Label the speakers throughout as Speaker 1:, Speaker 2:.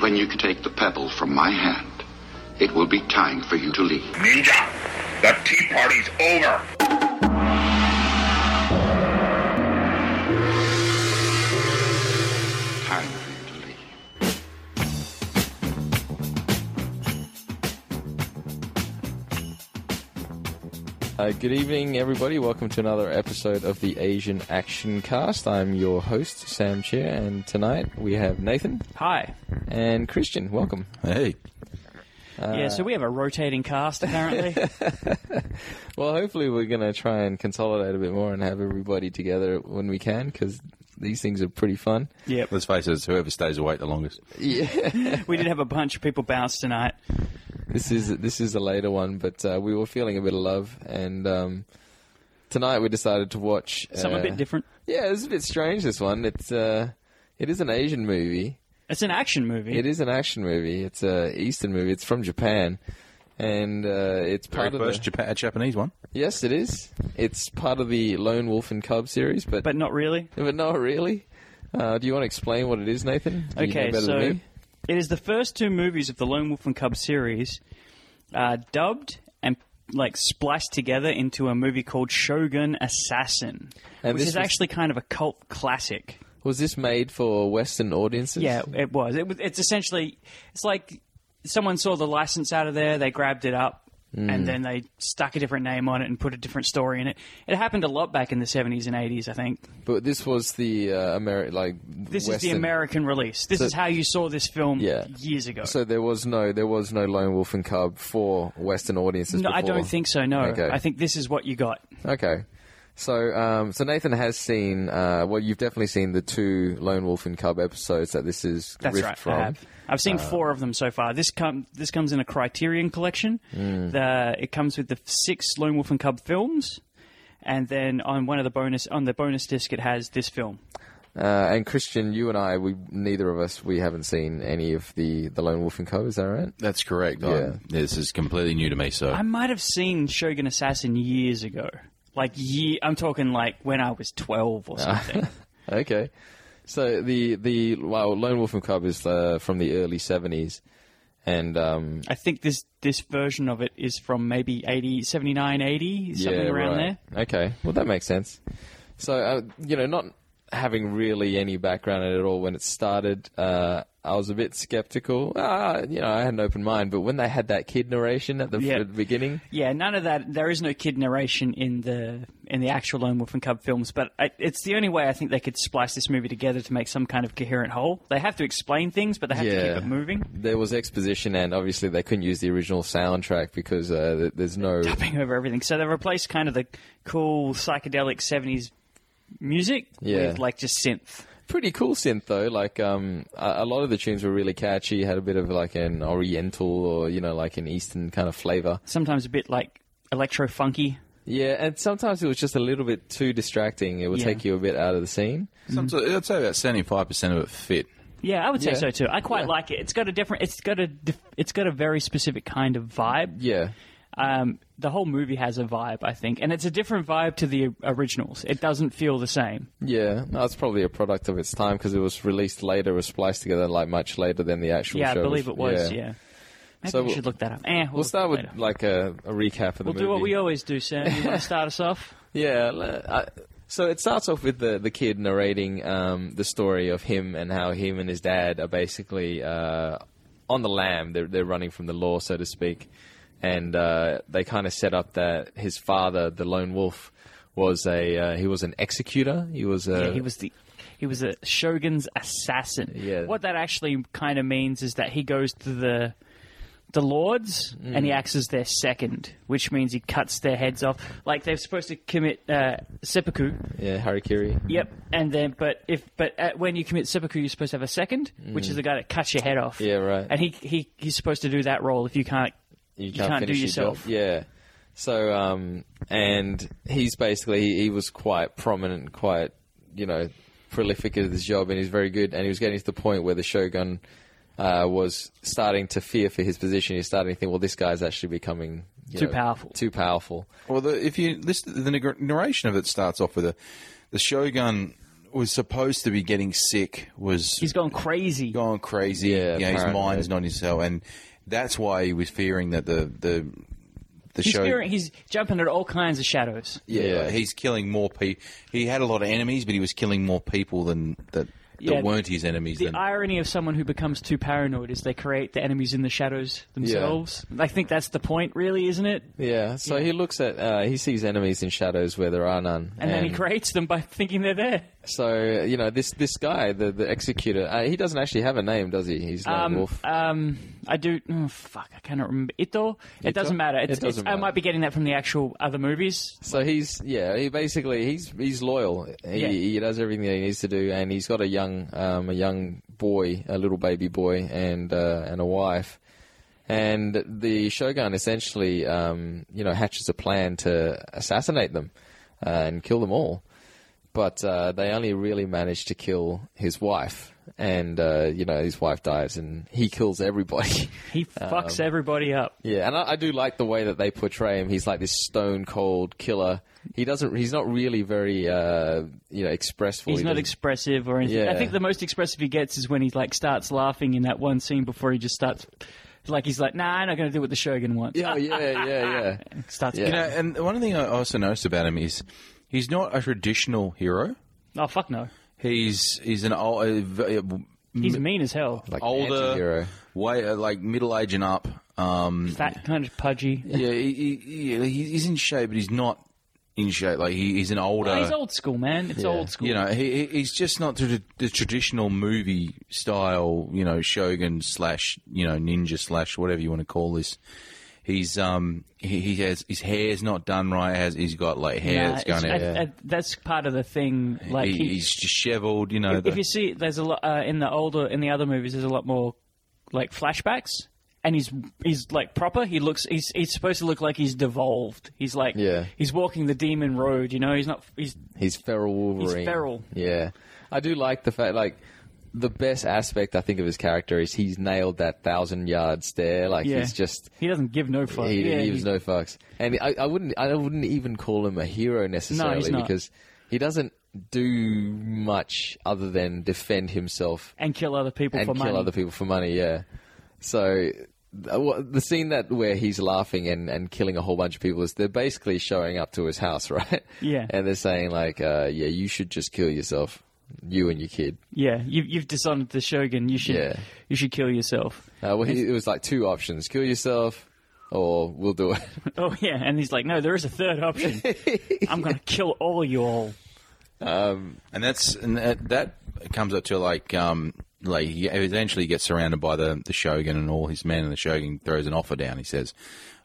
Speaker 1: when you take the pebble from my hand, it will be time for you to leave.
Speaker 2: Ninja, the tea party's over.
Speaker 1: Time for you to leave.
Speaker 3: Uh, good evening, everybody. Welcome to another episode of the Asian Action Cast. I'm your host, Sam Chair, and tonight we have Nathan
Speaker 4: Hi.
Speaker 3: and Christian. Welcome.
Speaker 5: Hey,
Speaker 3: Uh,
Speaker 4: yeah, so we have a rotating cast apparently.
Speaker 3: Well, hopefully, we're going to try and consolidate a bit more and have everybody together when we can because these things are pretty fun.
Speaker 4: yep.
Speaker 5: let's face it, it's whoever stays awake the longest.
Speaker 4: We did have a bunch of people bounce tonight.
Speaker 3: This is this is a later one, but uh, we were feeling a bit of love, and um, tonight we decided to watch
Speaker 4: Something
Speaker 3: uh,
Speaker 4: a bit different.
Speaker 3: Yeah, it's a bit strange. This one, it's uh, it is an Asian movie.
Speaker 4: It's an action movie.
Speaker 3: It is an action movie. It's a Eastern movie. It's from Japan, and uh, it's part of
Speaker 5: First
Speaker 3: the,
Speaker 5: Japan, Japanese one.
Speaker 3: yes, it is. It's part of the Lone Wolf and Cub series, but
Speaker 4: but
Speaker 3: but,
Speaker 4: not really.
Speaker 3: not really. Uh, do you want to explain what it is, Nathan? Do you know
Speaker 4: Okay,
Speaker 3: better
Speaker 4: so
Speaker 3: than me?
Speaker 4: it is the first two movies of the Lone Wolf and Cub series, uh, dubbed and like spliced together into a movie called Shogun Assassin,
Speaker 3: And
Speaker 4: which
Speaker 3: this was-
Speaker 4: is actually kind of a cult classic.
Speaker 3: was this made for Western audiences?
Speaker 4: Yeah, it was. It was. It's essentially. It's like someone saw the license out of there. They grabbed it up.
Speaker 3: Hmm.
Speaker 4: And then they stuck a different name on it and put a different story in it. It happened a lot back in the 70s and 80s, I think.
Speaker 3: but this was the uh, Ameri- like
Speaker 4: This is the
Speaker 3: Western-
Speaker 4: American release. This
Speaker 3: So-
Speaker 4: is how you saw this film
Speaker 3: Yeah.
Speaker 4: years ago.
Speaker 3: So there was no there was no Lone Wolf and Cub for Western audiences.
Speaker 4: no, I
Speaker 3: before.
Speaker 4: don't think so, no.
Speaker 3: Okay.
Speaker 4: I think this is what you got.
Speaker 3: Okay. So, um, so Nathan has seen. Uh, well, you've definitely seen the two Lone Wolf and Cub episodes that this is
Speaker 4: That's
Speaker 3: riffed
Speaker 4: right.
Speaker 3: from. uh,
Speaker 4: I have. I've seen four of them so far. This come this comes in a Criterion collection.
Speaker 3: Mm.
Speaker 4: The, it comes with the six Lone Wolf and Cub films, and then on one of the bonus on the bonus disc it has this film.
Speaker 3: Uh, and Christian, you and I, we neither of us, we haven't seen any of the the Lone Wolf and Cub. Is that right?
Speaker 5: That's correct.
Speaker 3: Yeah.
Speaker 5: I'm- this is completely new to me. So
Speaker 4: I might have seen Shogun Assassin years ago. Like ye I'm talking like when I was twelve or
Speaker 3: Ah.
Speaker 4: something.
Speaker 3: Okay. So the the well, Lone Wolf and Cub is uh, from the early seventies, and um,
Speaker 4: I think this this version of it is from maybe 80, 79, 80, something
Speaker 3: yeah,
Speaker 4: around there.
Speaker 3: right. Okay, well that makes sense. So uh, you know, not having really any background in it at all when it started, uh, I was a bit skeptical. Uh, you know, I had an open mind, but when they had that kid narration at the,
Speaker 4: Yeah.
Speaker 3: at the beginning,
Speaker 4: Yeah, none of that. There is no kid narration in the in the actual Lone Wolf and Cub films, but I, it's the only way I think they could splice this movie together to make some kind of coherent whole. They have to explain things, but they have to
Speaker 3: Yeah.
Speaker 4: keep it moving.
Speaker 3: there was exposition, and obviously they couldn't use the original soundtrack because uh, th- there's no.
Speaker 4: Dubbing over everything, so they replaced kind of the cool psychedelic seventies music
Speaker 3: Yeah.
Speaker 4: with like just synth.
Speaker 3: Pretty cool synth though. Like um, a, a lot of the tunes were really catchy, had a bit of like an Oriental or you know like an Eastern kind of flavor.
Speaker 4: Sometimes a bit like electro funky.
Speaker 3: Yeah, and sometimes it was just a little bit too distracting. It would
Speaker 4: Yeah.
Speaker 3: take you a bit out of the scene.
Speaker 5: Some sort- I'd say about seventy-five percent of it fit.
Speaker 4: Yeah, I would say
Speaker 3: Yeah.
Speaker 4: so too. I quite like it. It's got a different. It's got a. dif- It's got a very specific kind of vibe.
Speaker 3: Yeah.
Speaker 4: um, the whole movie has a vibe, I think, and it's a different vibe to the originals. It doesn't feel the same.
Speaker 3: Yeah, that's probably a product of its time because it was released later, was spliced together like much later than the actual
Speaker 4: yeah, I
Speaker 3: show.
Speaker 4: believe it was. Yeah, maybe
Speaker 3: So
Speaker 4: we
Speaker 3: we'll-
Speaker 4: should look that up. Eh, we'll,
Speaker 3: We'll
Speaker 4: look it
Speaker 3: start
Speaker 4: up
Speaker 3: with
Speaker 4: later.
Speaker 3: like a, a recap of the
Speaker 4: We'll
Speaker 3: movie.
Speaker 4: do what we always do, Sam. You want to start us off?
Speaker 3: Yeah. le- I- so it starts off with the, the kid narrating um, the story of him and how him and his dad are basically uh, on the lam. They're, they're running from the law, so to speak. And uh, they kind of set up that his father, the lone wolf, was a uh, he was an executor. He was a
Speaker 4: yeah, he was the he was a shogun's assassin.
Speaker 3: Yeah.
Speaker 4: What that actually kind of means is that he goes to the the lords and
Speaker 3: Mm.
Speaker 4: he acts as their second, which means he cuts their heads off. Like they're supposed to commit uh, seppuku,
Speaker 3: yeah harikiri.
Speaker 4: Yep, and then but if but uh when you commit seppuku, you're supposed to have a second, which is the guy that cuts your head off.
Speaker 3: Mm. Yeah, right.
Speaker 4: And he he he's supposed to do that role if you can't you can't, do
Speaker 3: finish your
Speaker 4: yourself.
Speaker 3: job. Yeah. So, um, and he's basically he, he was quite prominent, quite you know prolific at his job, and he's very good. And he was getting to the point where the shogun uh, was starting to fear for his position. He's starting to think, well, this guy's actually becoming you
Speaker 4: Too
Speaker 3: know,
Speaker 4: powerful.
Speaker 3: Too powerful.
Speaker 5: Well, the, if you listen, the neg- narration of it starts off with a, the shogun was supposed to be getting sick was
Speaker 4: He's gone crazy.
Speaker 5: gone crazy.
Speaker 3: Yeah,
Speaker 5: you know, his
Speaker 3: apparently.
Speaker 5: mind's not himself, and that's why he was fearing that the the the
Speaker 4: He's,
Speaker 5: show.
Speaker 4: fearing, he's jumping at all kinds of shadows.
Speaker 5: yeah,
Speaker 3: Yeah.
Speaker 5: he's killing more people. He had a lot of enemies, but he was killing more people than that.
Speaker 4: Yeah,
Speaker 5: that weren't his enemies.
Speaker 4: The
Speaker 5: than,
Speaker 4: irony of someone who becomes too paranoid is they create the enemies in the shadows themselves. I think that's the point, really, isn't it?
Speaker 3: Yeah, so he looks at uh, he sees enemies in shadows where there are none,
Speaker 4: And, then he creates them by thinking they're there.
Speaker 3: so you know this this guy, the the executor, uh, he doesn't actually have a name, does he? He's Lone
Speaker 4: Um,
Speaker 3: Wolf.
Speaker 4: um, I do. Oh, fuck, I cannot remember. Ito? It doesn't matter. It's,
Speaker 3: It doesn't
Speaker 4: it's, I
Speaker 3: matter.
Speaker 4: might be getting that from the actual other movies.
Speaker 3: So he's yeah, he basically he's he's loyal. He,
Speaker 4: Yeah.
Speaker 3: he does everything that he needs to do, and he's got a young um, a young boy, a little baby boy, and uh, and a wife. And the shogun essentially, um, you know, hatches a plan to assassinate them uh, and kill them all. But uh, they only really manage to kill his wife, and uh, you know, his wife dies, and he kills everybody.
Speaker 4: He
Speaker 3: Um,
Speaker 4: fucks everybody up.
Speaker 3: Yeah, and I, I do like the way that they portray him. He's like this stone cold killer. He doesn't. He's not really very, uh, you know, expressful.
Speaker 4: He's
Speaker 3: He
Speaker 4: not
Speaker 3: doesn't-
Speaker 4: expressive or anything. I
Speaker 3: Yeah.
Speaker 4: think the most expressive he gets is when he like starts laughing in that one scene before he just starts, like he's like, "Nah, I'm not going to do what the Shogun wants."
Speaker 3: Yeah, Oh, yeah, yeah, yeah.
Speaker 4: Starts.
Speaker 5: you know, and one thing I also noticed about him is he's not a traditional hero.
Speaker 4: Oh fuck no.
Speaker 5: He's he's an old, a v- a
Speaker 4: He's mean as hell.
Speaker 3: Like
Speaker 5: older
Speaker 3: hero.
Speaker 5: way uh, like middle age and up. Um,
Speaker 4: Fat, kind of pudgy.
Speaker 5: yeah, he, he, he- he's in shape, but he's not in shape. Like he, he's an older.
Speaker 4: he's old school, man. It's old school.
Speaker 5: You know, he, he- he's just not the, the traditional movie style. You know, shogun slash you know ninja slash whatever you want to call this. He's um he, he has his hair's not done right. Has he's got like hair
Speaker 4: Nah,
Speaker 5: that's going
Speaker 4: it's-
Speaker 5: out.
Speaker 4: I- I- that's part of the thing. Like
Speaker 5: he,
Speaker 4: he-
Speaker 5: he's dishevelled. You know, the-
Speaker 4: if you see, there's a lot uh, in the older in the other movies. There's a lot more like flashbacks, and he's he's like proper. He looks he's he's supposed to look like he's devolved. He's like
Speaker 3: Yeah.
Speaker 4: he's walking the demon road. You know, he's not he's
Speaker 3: He's feral Wolverine.
Speaker 4: feral.
Speaker 3: Yeah, I do like the fact like. The best aspect I think of his character is he's nailed that thousand yard stare. Like
Speaker 4: Yeah.
Speaker 3: he's just
Speaker 4: he doesn't give no fuck.
Speaker 3: he,
Speaker 4: yeah,
Speaker 3: he gives
Speaker 4: he-
Speaker 3: no fucks, and I, I wouldn't I wouldn't even call him a hero necessarily
Speaker 4: not.
Speaker 3: because he doesn't do much other than defend himself
Speaker 4: and kill other people
Speaker 3: and
Speaker 4: for
Speaker 3: kill
Speaker 4: money.
Speaker 3: other people for money. Yeah. So uh, wha- the scene that where he's laughing and, and killing a whole bunch of people is they're basically showing up to his house, right?
Speaker 4: Yeah.
Speaker 3: And they're saying like, uh, yeah, you should just kill yourself, you and your kid.
Speaker 4: yeah, you, you've dishonored the shogun. You should
Speaker 3: Yeah.
Speaker 4: you should kill yourself.
Speaker 3: Uh, well, he, it was like two options: kill yourself, or we'll do it.
Speaker 4: Oh yeah, and he's like, no, there is a third option. I'm gonna kill all you all.
Speaker 5: and that's and that, that comes up to like um like he eventually gets surrounded by the the shogun and all his men, and the shogun throws an offer down. He says,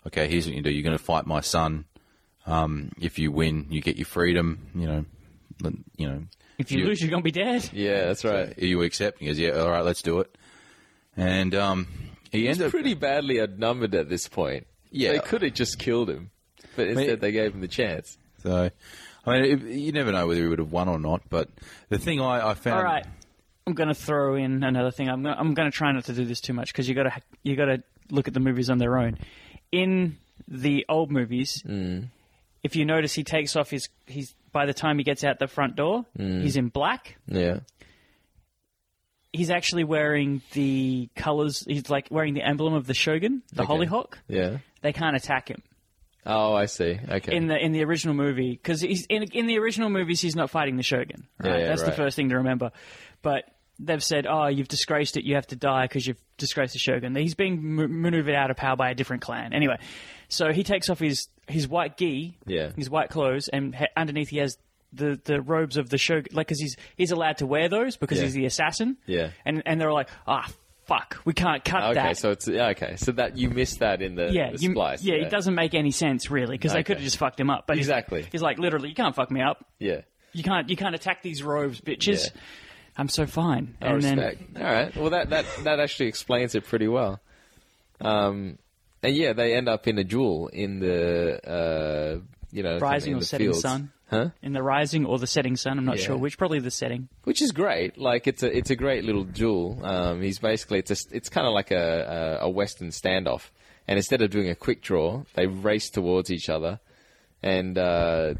Speaker 5: "Okay, here's what you do. You're going to fight my son. Um, if you win, you get your freedom. You know, l- you know.
Speaker 4: If you
Speaker 5: You-
Speaker 4: lose, you're gonna be dead.
Speaker 3: yeah, that's right.
Speaker 5: Are you accept?" He goes, "Yeah, all right, let's do it." And um, he ends
Speaker 3: He's
Speaker 5: up.
Speaker 3: pretty badly outnumbered at this point.
Speaker 5: Yeah.
Speaker 3: They could have just killed him, but instead they gave him the chance.
Speaker 5: so, I mean, it, you never know whether he would have won or not. But the thing I, I found.
Speaker 4: All right, I'm gonna throw in another thing. I'm gonna, I'm gonna try not to do this too much because you gotta you gotta look at the movies on their own. In the old movies, if you notice, he takes off his he's by the time he gets out the front door, he's in black.
Speaker 3: Yeah.
Speaker 4: He's actually wearing the colors. He's like wearing the emblem of the shogun, the hollyhock.
Speaker 3: Yeah.
Speaker 4: They can't attack him.
Speaker 3: Oh, I see. Okay.
Speaker 4: in the in the original movie because he's in in the original movies he's not fighting the shogun. Right?
Speaker 3: Yeah, yeah,
Speaker 4: That's the
Speaker 3: right.
Speaker 4: first thing to remember. But they've said, "Oh, you've disgraced it. You have to die because you've disgraced the shogun." He's being m- maneuvered out of power by a different clan. Anyway, so he takes off his his white gi,
Speaker 3: Yeah.
Speaker 4: his white clothes, and ha- underneath he has. The, the robes of the shogun, like, because he's he's allowed to wear those because
Speaker 3: Yeah.
Speaker 4: he's the assassin.
Speaker 3: Yeah.
Speaker 4: and and they're like, ah, fuck, we can't cut
Speaker 3: okay,
Speaker 4: that
Speaker 3: so it's yeah, okay. So that you missed that in the,
Speaker 4: yeah,
Speaker 3: the
Speaker 4: you-
Speaker 3: splice.
Speaker 4: yeah, it doesn't make any sense really because they
Speaker 3: Okay.
Speaker 4: could have just fucked him up. But he's-
Speaker 3: Exactly.
Speaker 4: he's, like literally, you can't fuck me up.
Speaker 3: Yeah.
Speaker 4: You can't, you can't attack these robes, bitches.
Speaker 3: Yeah.
Speaker 4: I'm so fine.
Speaker 3: I
Speaker 4: and
Speaker 3: Oh, respect. All right. Well, that, that that actually explains it pretty well. Um, and yeah, they end up in a duel in the uh, you know,
Speaker 4: Rising
Speaker 3: in
Speaker 4: or
Speaker 3: the
Speaker 4: setting
Speaker 3: fields.
Speaker 4: sun.
Speaker 3: huh?
Speaker 4: then in the rising or the setting sun, I'm not
Speaker 3: Yeah.
Speaker 4: sure which. Probably the setting.
Speaker 3: which is great. Like it's a it's a great little duel. Um, he's basically it's a, it's kind of like a, a a western standoff, and instead of doing a quick draw, they race towards each other, and uh,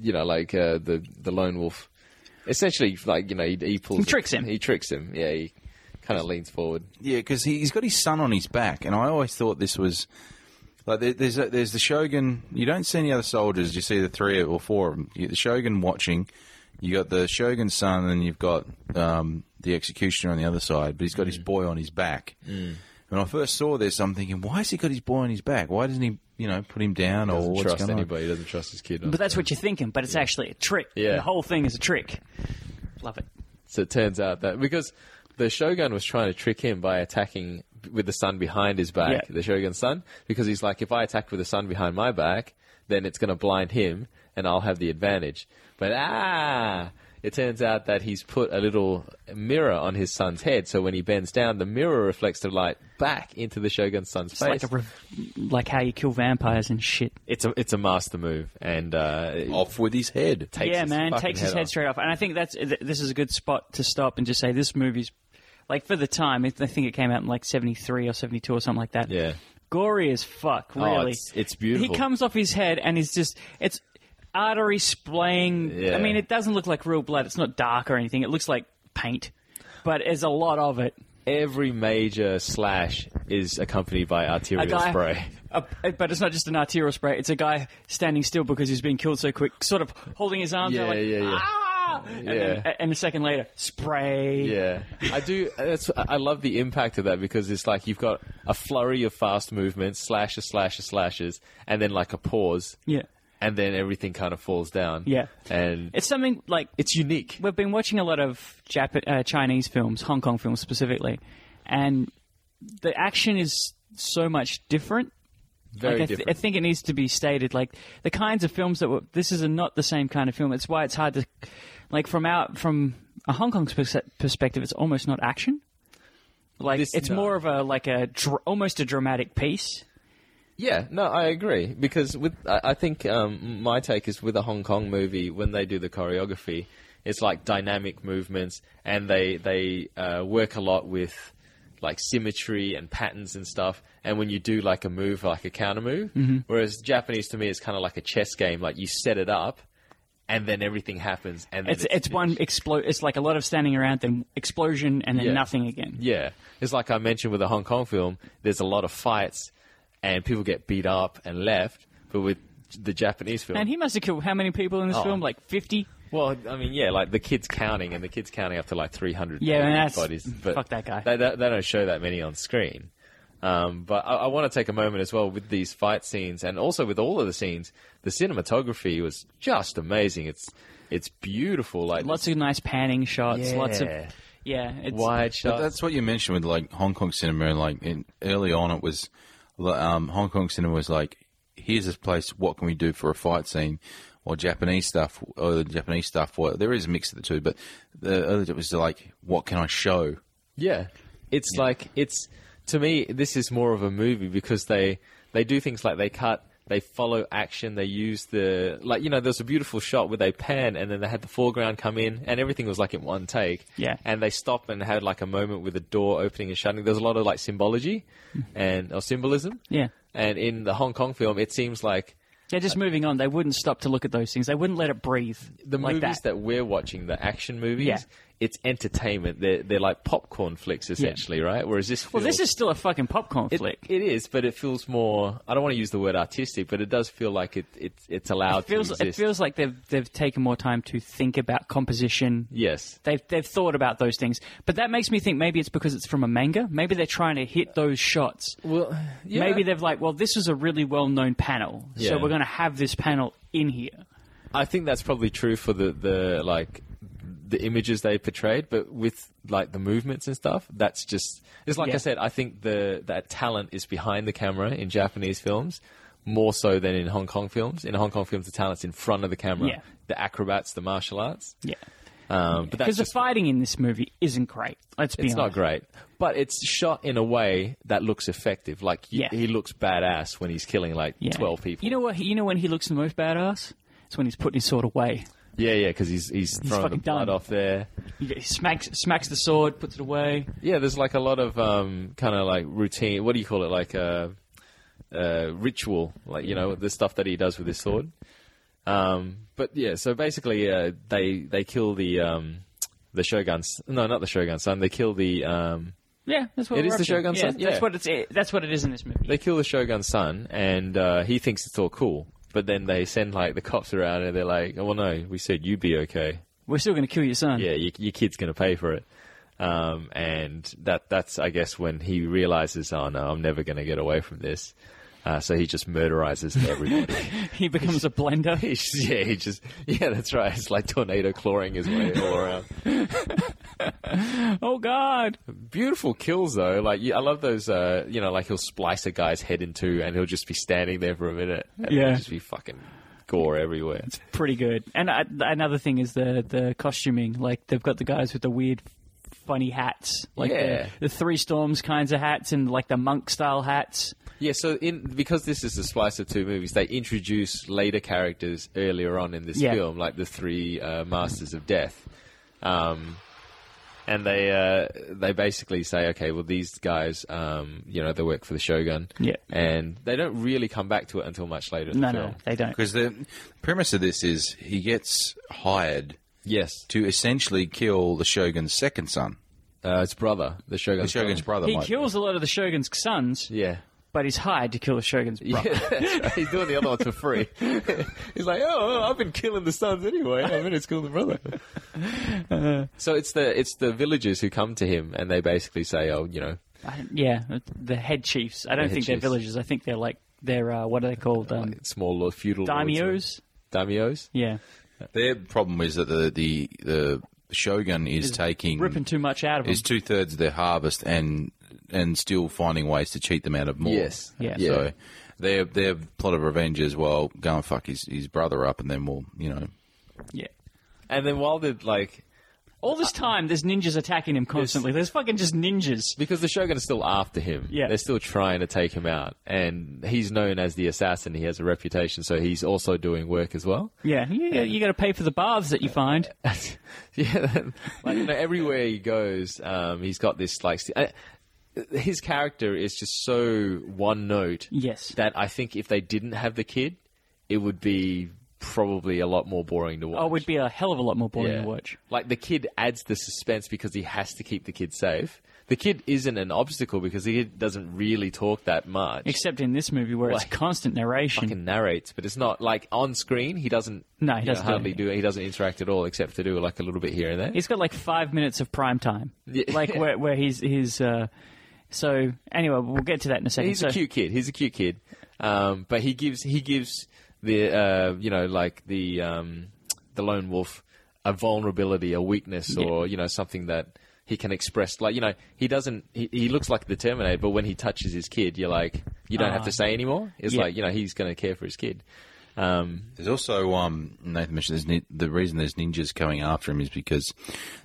Speaker 3: you know like uh, the the lone wolf Essentially, like you know, he, he pulls.
Speaker 4: He tricks him.
Speaker 3: He tricks him. Yeah, he kind of leans forward.
Speaker 5: Yeah, because he, he's got his son on his back, and I always thought this was like there, there's a, there's the shogun. You don't see any other soldiers. You see the three or four of them. You get the shogun watching. You got the shogun's son, and you've got um, the executioner on the other side. But he's got his boy on his back. When I first saw this, I'm thinking, why has he got his boy on his back? Why doesn't he, you know, put him down or
Speaker 3: Doesn't
Speaker 5: Oh, what's
Speaker 3: trust
Speaker 5: going on?
Speaker 3: anybody. Doesn't trust his kid.
Speaker 4: But that's what you're thinking, but it's actually a trick.
Speaker 3: Yeah.
Speaker 4: The whole thing is a trick. Love it.
Speaker 3: So it turns out that because the shogun was trying to trick him by attacking with the sun behind his back,
Speaker 4: Yeah.
Speaker 3: the shogun's son, because he's like, if I attack with the sun behind my back, then it's going to blind him, and I'll have the advantage. But ah, it turns out that he's put a little mirror on his son's head, so when he bends down, the mirror reflects the light back into the shogun's son's
Speaker 4: It's
Speaker 3: face.
Speaker 4: like, a rev- like how you kill vampires and shit.
Speaker 3: it's a it's a master move, and uh, it
Speaker 5: Off with his head.
Speaker 3: takes
Speaker 4: yeah,
Speaker 3: his
Speaker 4: man,
Speaker 3: fucking
Speaker 4: takes his head
Speaker 3: off.
Speaker 4: straight off. And I think that's th- this is a good spot to stop and just say this movie's like for the time. It, I think it came out in like '73 or '72 or something like that.
Speaker 3: Yeah. Oh,
Speaker 4: gory as fuck. Really,
Speaker 3: it's- it's beautiful.
Speaker 4: He comes off his head and he's just it's artery splaying.
Speaker 3: Yeah.
Speaker 4: I mean, it doesn't look like real blood. It's not dark or anything. It looks like paint, but there's a lot of it.
Speaker 3: Every major slash is accompanied by
Speaker 4: A
Speaker 3: arterial
Speaker 4: guy,
Speaker 3: spray.
Speaker 4: a- but it's not just an arterial spray. It's a guy standing still because he's been killed so quick, sort of holding his arms
Speaker 3: Yeah,
Speaker 4: out like
Speaker 3: yeah, yeah.
Speaker 4: ah. And, then,
Speaker 3: Yeah.
Speaker 4: and a second later, spray.
Speaker 3: Yeah, I do. That's I love the impact of that because it's like you've got a flurry of fast movements, slashes, slashes, slashes, and then like a pause,
Speaker 4: Yeah.
Speaker 3: and then everything kind of falls down.
Speaker 4: Yeah.
Speaker 3: and it's,
Speaker 4: It's something like
Speaker 3: unique.
Speaker 4: we've been watching a lot of Jap- uh, Chinese films, Hong Kong films specifically, and the action is so much different.
Speaker 3: Very
Speaker 4: like I, th-
Speaker 3: different.
Speaker 4: I think it needs to be stated, like the kinds of films that were. This is a, not the same kind of film. It's why it's hard to, like from out from a Hong Kong pers- perspective, it's almost not action. Like
Speaker 3: This-
Speaker 4: it's
Speaker 3: no.
Speaker 4: more of a like a dr- almost a dramatic piece.
Speaker 3: yeah, no, I agree because with I, I think um, my take is with a Hong Kong movie when they do the choreography, it's like dynamic movements, and they they uh, work a lot with. Like symmetry and patterns and stuff, and when you do like a move, like a counter move,
Speaker 4: Mm-hmm.
Speaker 3: whereas Japanese to me is kind of like a chess game. Like you set it up, and then everything happens. And then
Speaker 4: It's it's, one explode. It's like a lot of standing around, then explosion, and then
Speaker 3: Yeah.
Speaker 4: nothing again.
Speaker 3: Yeah, it's like I mentioned with the Hong Kong film. There's a lot of fights, and people get beat up and left. But with the Japanese film,
Speaker 4: And he must have killed how many people in this
Speaker 3: Oh.
Speaker 4: film? Like fifty.
Speaker 3: well, I mean, yeah, like the kids counting, and the kids counting up to like 300
Speaker 4: Yeah, man, that's-
Speaker 3: bodies. But
Speaker 4: fuck that guy.
Speaker 3: They, they, they don't show that many on screen. Um, but I, I want to take a moment as well with these fight scenes, and also with all of the scenes. The cinematography was just amazing. It's it's beautiful. Like
Speaker 4: Lots of nice panning shots. Lots of
Speaker 3: Yeah.
Speaker 4: yeah. It's,
Speaker 3: wide
Speaker 5: But
Speaker 3: shots.
Speaker 5: that's what you mentioned with like Hong Kong cinema, and like in, early on, it was um, Hong Kong cinema was like, here's this place. What can we do for a fight scene? Or Japanese stuff, or the Japanese stuff. Well, there is a mix of the two, but the early it was like, what can I show?
Speaker 3: Yeah, it's like it's to me. This is more of a movie because they they do things like they cut, they follow action, they use the like you know. There's a beautiful shot where they pan and then they had the foreground come in and everything was like in one take.
Speaker 4: Yeah.
Speaker 3: and they stop and had like a moment with a door opening and shutting. There's a lot of like symbology and or symbolism.
Speaker 4: Mm-hmm. Yeah.
Speaker 3: and in the Hong Kong film, it seems like
Speaker 4: yeah. Just moving on. They wouldn't stop to look at those things. They wouldn't let it breathe.
Speaker 3: Uh, the
Speaker 4: like
Speaker 3: movies that.
Speaker 4: that.
Speaker 3: we're watching, the action movies,
Speaker 4: Yeah.
Speaker 3: it's entertainment. They're they're like popcorn flicks essentially, right? Whereas this
Speaker 4: Well, this
Speaker 3: feels-
Speaker 4: is still a fucking popcorn
Speaker 3: It-
Speaker 4: flick.
Speaker 3: it is, but it feels more. I don't want to use the word artistic, but it does feel like it, it it's allowed
Speaker 4: It feels
Speaker 3: to
Speaker 4: it
Speaker 3: exist.
Speaker 4: feels like they've they've taken more time to think about composition.
Speaker 3: yes,
Speaker 4: They've, they've thought about those things, but that makes me think maybe it's because it's from a manga. Maybe they're trying to hit those shots.
Speaker 3: well, yeah.
Speaker 4: Maybe they've like, well, this is a really well known panel, so
Speaker 3: Yeah.
Speaker 4: we're going to have this panel in here.
Speaker 3: I think that's probably true for the the like the images they portrayed, but with like the movements and stuff, that's just. It's like
Speaker 4: Yeah.
Speaker 3: I said. I think the that talent is behind the camera in Japanese films. More so than in Hong Kong films. In Hong Kong films, the talent's in front of the camera.
Speaker 4: Yeah.
Speaker 3: The acrobats, the martial arts.
Speaker 4: Yeah,
Speaker 3: Um, but that's
Speaker 4: because the
Speaker 3: just
Speaker 4: fighting in this movie isn't great. Let's be
Speaker 3: It's
Speaker 4: honest.
Speaker 3: not great, but it's shot in a way that looks effective. Like y
Speaker 4: Yeah.
Speaker 3: he looks badass when he's killing like
Speaker 4: Yeah.
Speaker 3: twelve people.
Speaker 4: You know what? You know when he looks the most badass? It's when he's putting his sword away.
Speaker 3: yeah, yeah, because he's he's throwing the
Speaker 4: fucking
Speaker 3: blood
Speaker 4: done.
Speaker 3: off there.
Speaker 4: He he smacks smacks the sword, puts it away.
Speaker 3: Yeah, there's like a lot of um, kind of like routine. What do you call it? Like uh, uh, ritual, like you know the stuff that he does with his sword. Um, but yeah, so basically, uh, they they kill the um, the shogun's no, not the shogun's son. They kill the um,
Speaker 4: Yeah, that's what
Speaker 3: It
Speaker 4: we're
Speaker 3: is
Speaker 4: up
Speaker 3: the
Speaker 4: to.
Speaker 3: Shogun's
Speaker 4: yeah,
Speaker 3: son? Yeah.
Speaker 4: That's what it's. That's what it is in this movie.
Speaker 3: they kill the shogun's son, and uh, he thinks it's all cool. But then they send like the cops around, and they're like, "Oh well, no, we said you'd be okay.
Speaker 4: We're still going to kill your son.
Speaker 3: Yeah, your, your kid's going to pay for it." Um, and that that's I guess when he realizes, "Oh no, I'm never going to get away from this." Uh, so he just murderizes everybody.
Speaker 4: He becomes a blender.
Speaker 3: He just- yeah, he just yeah, that's right. It's like tornado clawing his way all around.
Speaker 4: oh God!
Speaker 3: Beautiful kills though. Like you, I love those. Uh, you know, like he'll splice a guy's head in two, and he'll just be standing there for a minute. And
Speaker 4: Yeah.
Speaker 3: it'll just be fucking gore everywhere.
Speaker 4: Pretty good. And I, another thing is the the costuming. Like they've got the guys with the weird, funny hats. Like
Speaker 3: Yeah.
Speaker 4: the, the three storms kinds of hats and like the monk style hats.
Speaker 3: Yeah, so in because this is the splice of two movies, they introduce later characters earlier on in this
Speaker 4: Yeah.
Speaker 3: film, like the three uh, Masters of Death, um, and they uh, they basically say, okay, well these guys, um, you know, they work for the Shogun,
Speaker 4: Yeah.
Speaker 3: and they don't really come back to it until much later. In
Speaker 4: No,
Speaker 3: the
Speaker 4: no,
Speaker 3: film.
Speaker 4: they don't.
Speaker 5: Because the premise of this is he gets hired
Speaker 3: Yes,
Speaker 5: to essentially kill the shogun's second son,
Speaker 3: uh, it's brother, the Shogun.
Speaker 5: the shogun's brother.
Speaker 4: He
Speaker 5: might be.
Speaker 4: kills a lot of the shogun's sons,
Speaker 3: Yeah.
Speaker 4: but he's hired to kill the shogun's brother.
Speaker 3: Yeah, that's right. He's doing the other one for free. He's like, oh, I've been killing the sons anyway. I mean, it's cool the brother. Uh, so it's the it's the villagers who come to him and they basically say, oh, you know,
Speaker 4: I don't- yeah, the head chiefs. I don't
Speaker 3: head
Speaker 4: think they're
Speaker 3: chiefs.
Speaker 4: villagers. I think they're like they're uh, what are they called? Um,
Speaker 3: small or feudal lords
Speaker 4: daimyos.
Speaker 3: or- Daimyos.
Speaker 4: Yeah,
Speaker 5: Their problem is that the the, the shogun is, taking
Speaker 4: ripping too much out of them.
Speaker 5: is two thirds of their harvest and and still finding ways to cheat them out of more.
Speaker 3: Yes.
Speaker 4: Yeah.
Speaker 3: Yeah.
Speaker 5: So their their plot of revenge is well, go and fuck his his brother up, and then we'll you know.
Speaker 4: yeah.
Speaker 3: And then while they're like,
Speaker 4: All this time, there's ninjas attacking him constantly. There's fucking just ninjas.
Speaker 3: because the shogun is still after him.
Speaker 4: Yeah.
Speaker 3: They're still trying to take him out. And he's known as the assassin. He has a reputation. So he's also doing work as well.
Speaker 4: Yeah, you, you got to pay for the baths that you find.
Speaker 3: yeah, like you know, everywhere he goes, um, he's got this like. st- uh, his character is just so one note.
Speaker 4: Yes.
Speaker 3: That I think if they didn't have the kid, it would be probably a lot more boring to watch.
Speaker 4: Oh, it would be a hell of a lot more boring
Speaker 3: Yeah.
Speaker 4: to watch.
Speaker 3: Like the kid adds the suspense because he has to keep the kid safe. The kid isn't an obstacle because the kid doesn't really talk that much.
Speaker 4: Except in this movie where it's
Speaker 3: Like-
Speaker 4: constant narration.
Speaker 3: fucking narrates, but it's not like on screen. He doesn't.
Speaker 4: No, he
Speaker 3: you
Speaker 4: doesn't do
Speaker 3: hardly
Speaker 4: anything.
Speaker 3: do. He doesn't interact at all, except to do like a little bit here and there.
Speaker 4: He's got like five minutes of prime time,
Speaker 3: Yeah.
Speaker 4: like where where he's he's. Uh, so anyway, we'll get to that in a second.
Speaker 3: He's
Speaker 4: so,
Speaker 3: a cute kid. He's a cute kid, um, but he gives he gives the uh, you know like the um, the lone wolf a vulnerability, a weakness, or you know something that he can express. Like you know he doesn't he, he looks like the Terminator, but when he touches his kid, you're like you don't have to say anymore. It's
Speaker 4: Yeah.
Speaker 3: like you know he's going to care for his kid. Um,
Speaker 5: There's also um, Nathan mentioned there's nin- the reason there's ninjas coming after him is because